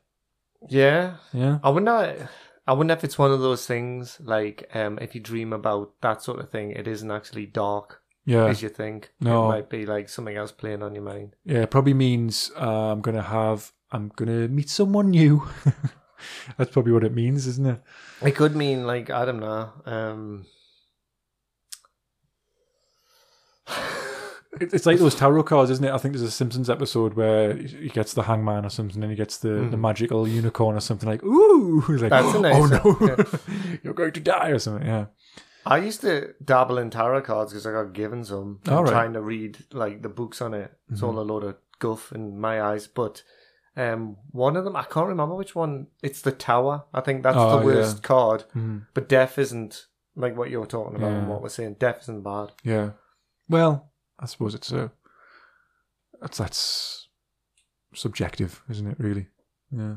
Yeah, Yeah. I wonder. I wonder if it's one of those things like um, if you dream about that sort of thing, it isn't actually dark Yeah. as you think. Uh, No. it might be like something else playing on your mind. Yeah. It probably means uh, I'm going to have. I'm going to meet someone new. that's probably what it means, isn't it? It could mean like I don't know. Um, It- It's like those tarot cards, isn't it? I think there's a Simpsons episode where he gets the hangman or something, and he gets the, the magical unicorn or something like, ooh, he's like, Hmm. That's a nice oh no, one, you're going to die or something. Yeah, I used to dabble in tarot cards because I got given some. I'm All right. Mm-hmm. trying to read like the books on it. It's all a load of guff in my eyes, but. Um, one of them I can't remember which one. It's the tower. I think that's Oh, the yeah. worst card. Mhm. But death isn't like what you're talking about and Yeah. what we're saying. Death isn't bad. yeah. Well, I suppose it's a that's that's subjective, isn't it? Really. Yeah.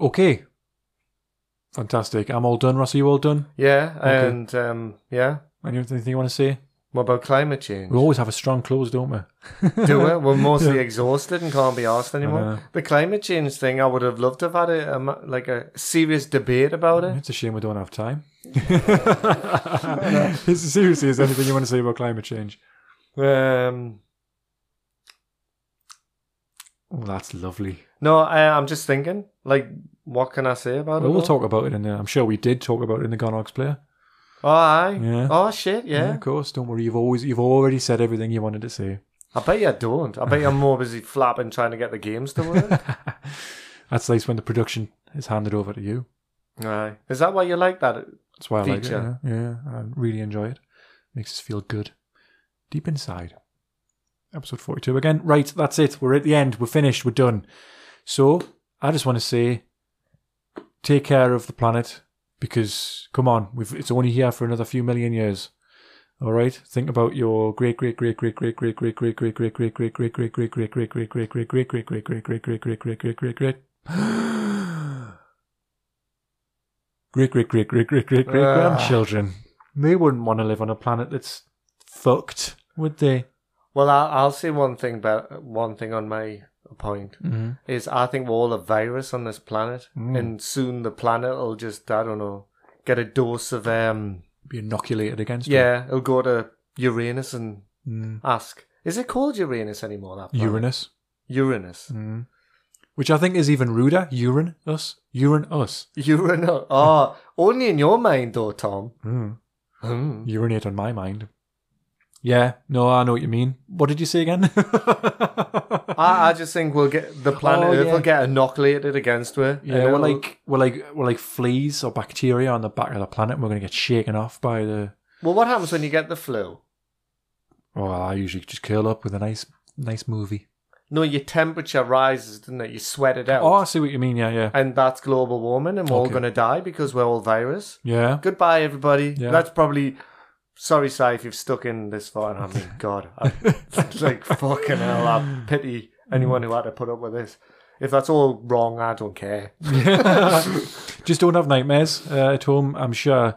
Okay. Fantastic. I'm all done. Russ, are you all done? Yeah, Okay. and um, yeah. Any- Anything you want to say? What about climate change? We always have a strong close, don't we? Do it. We're mostly exhausted and can't be asked know. anymore. The climate change thing, I would have loved to have had a, a ma- like a serious debate about it. It's a shame we don't have time. Seriously, is there anything you want to say about climate change? Mm-hmm. Um, Oh, that's lovely. no, I, I'm just thinking. Like, what can I say about Well, it? we'll all? talk about it in there. I'm sure we did talk about it in the Gonox player. Oh, aye. Yeah. Oh shit, yeah. of course. Don't worry. You've always, you've already said everything you wanted to say. I bet you I don't. I bet you're more busy flapping trying to get the games to work. That's nice when the production is handed over to you. aye. Is that why you like that? That's why I like it. Yeah, Feature. yeah, I really enjoy it. Makes us feel good deep inside. episode 42 again. Right, that's it. We're at the end. We're finished. We're done. So I just want to say take care of the planet because, come on, we've, it's only here for another few million years. All right. Think about your great great great great great great great great great great great great great great great great great great great great great great great great great great great great great great great great great great great great great great grandchildren. They wouldn't want to live on a planet that's fucked, would they? Well, I'll, I'll say one thing about one thing on my point is I think we're all a virus on this planet, Mm. and soon the planet will just I don't know get a dose of um Be inoculated against it. yeah it'll go to Uranus and ask is it called Uranus anymore that planet? Uranus. Uranus Which I think is even ruder. Urine us. Urine us. Uranus oh only in your mind though Tom Hmm. urinate on my mind. Yeah, no, I know what you mean. What did you say again? Uh, I, I just think we'll get the planet Oh, Earth will yeah. get inoculated against her yeah, we're like we're like we're like fleas or bacteria on the back of the planet. and We're gonna get shaken off by the. well what happens when you get the flu Oh, I usually just curl up with a nice nice movie. no your temperature rises doesn't it you sweat it out Oh, I see what you mean. Yeah, yeah, and that's global warming and we're all Okay. going to die because we're all virus yeah. goodbye everybody Yeah. that's probably sorry Si if you've stuck in this far and I mean god I, it's like fucking hell I pity anyone who had to put up with this if that's all wrong I don't care Just don't have nightmares uh, at home. I'm sure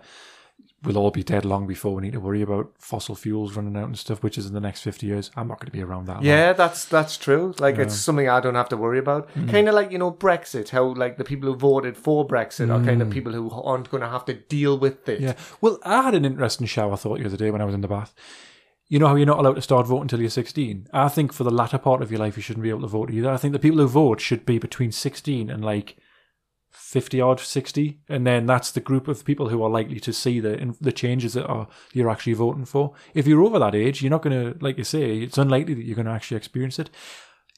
we'll all be dead long before we need to worry about fossil fuels running out and stuff, which is in the next fifty years. I'm not going to be around that. Mm-hmm. long. Yeah, that's that's true. Like it's something I don't have to worry about. Kind of like you know Brexit, how like the people who voted for Brexit are kind of people who aren't going to have to deal with it. Mm. Yeah. Well, I had an interesting shower thought the other day when I was in the bath. You know how you're not allowed to start voting until you're 16? I think for the latter part of your life, you shouldn't be able to vote either. I think the people who vote should be between 16 and like 50 odd, 60. And then that's the group of people who are likely to see the, in- the changes that are you're actually voting for. If you're over that age, you're not going to, like you say, it's unlikely that you're going to actually experience it.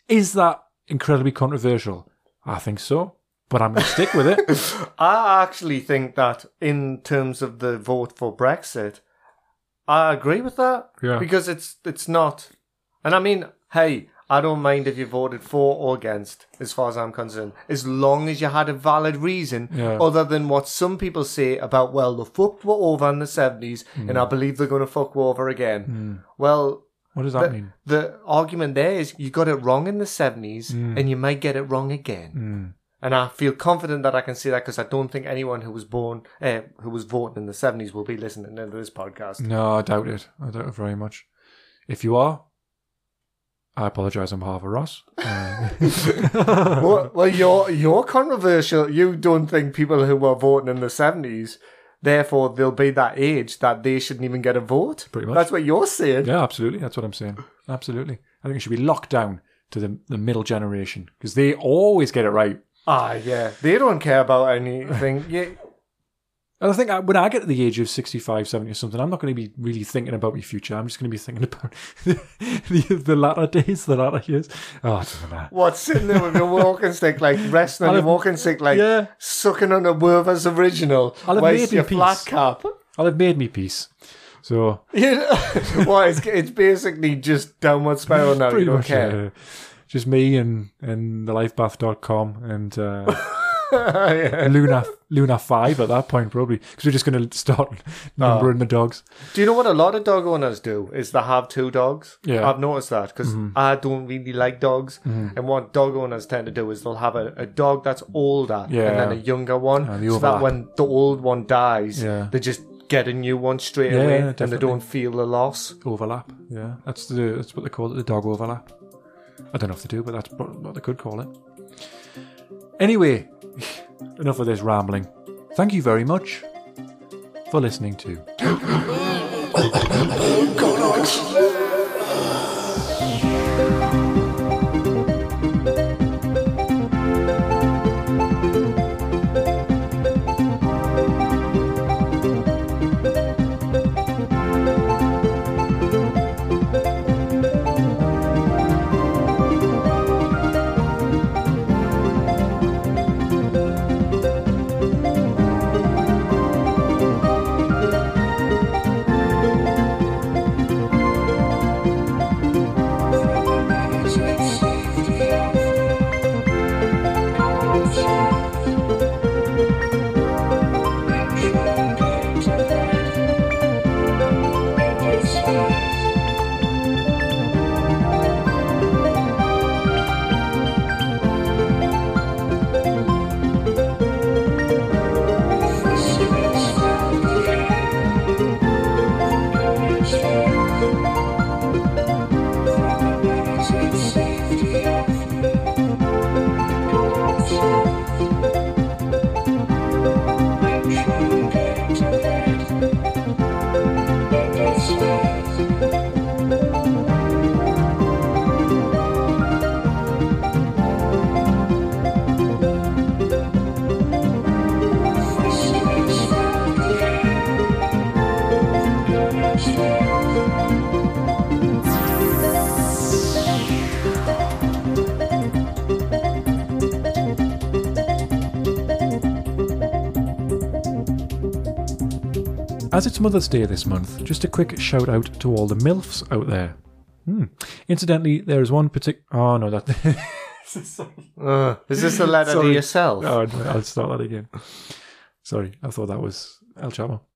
Is that incredibly controversial? I think so. But I'm going to stick with it. I actually think that in terms of the vote for Brexit, I agree with that. Yeah. Because it's it's not, and I mean, hey, I don't mind if you voted for or against, as far as I'm concerned, as long as you had a valid reason, Yeah. other than what some people say about well, the fuck were over in the seventies, Hmm. and I believe they're going to fuck were over again. Well, What does that the, mean? the argument there is you got it wrong in the 70s Mm. and you might get it wrong again. And I feel confident that I can say that because I don't think anyone who was born, uh, who was voting in the 70s will be listening to this podcast. No, I doubt it. I doubt it very much. If you are, I apologise on behalf of Ross. Uh, well, well, you're, you're controversial. You don't think people who were voting in the 70s, therefore they'll be that age that they shouldn't even get a vote. Pretty much. That's what you're saying. yeah, absolutely. That's what I'm saying. Absolutely. I think it should be locked down to the, the middle generation because they always get it right. Ah, yeah. They don't care about anything. yeah. And I think I, when I get to the age of 65, 70 or something, I'm not going to be really thinking about my future. I'm just going to be thinking about the, the latter days, the latter years. Oh, it doesn't matter. What, sitting there with your walking stick, like resting on I'll your have- walking stick, like Yeah. sucking on a Werther's original, I'll have whilst made your in peace. flat cap. I'll have made me peace. So You know, well, it's, it's basically just downward spiral now. pretty you don't much care. uh, just me and and thelifebath.com and uh, Yeah. Luna Luna Five at that point probably because we're just going to start numbering the dogs. Do you know what a lot of dog owners do? Is they have two dogs. Yeah. Mm-hmm. I've noticed that because I don't really like dogs. And what dog owners tend to do is they'll have a, a dog that's older and Yeah. then a younger one, And they so that overlap. when the old one dies, Yeah. they just get a new one straight Yeah, away, yeah, and they definitely. don't feel the loss. Overlap, yeah, that's the that's what they call it, the dog overlap. I don't know if they do, but that's what what they could call it. Anyway, enough of this rambling. Thank you very much for listening to. As it's Mother's Day this month, just a quick shout out to all the MILFs out there. Hmm. Incidentally, there is one particular. Oh, no, that. Ugh. is this a letter to Sorry. yourself? Oh, I'll start that again. Sorry, I thought that was El Chapo.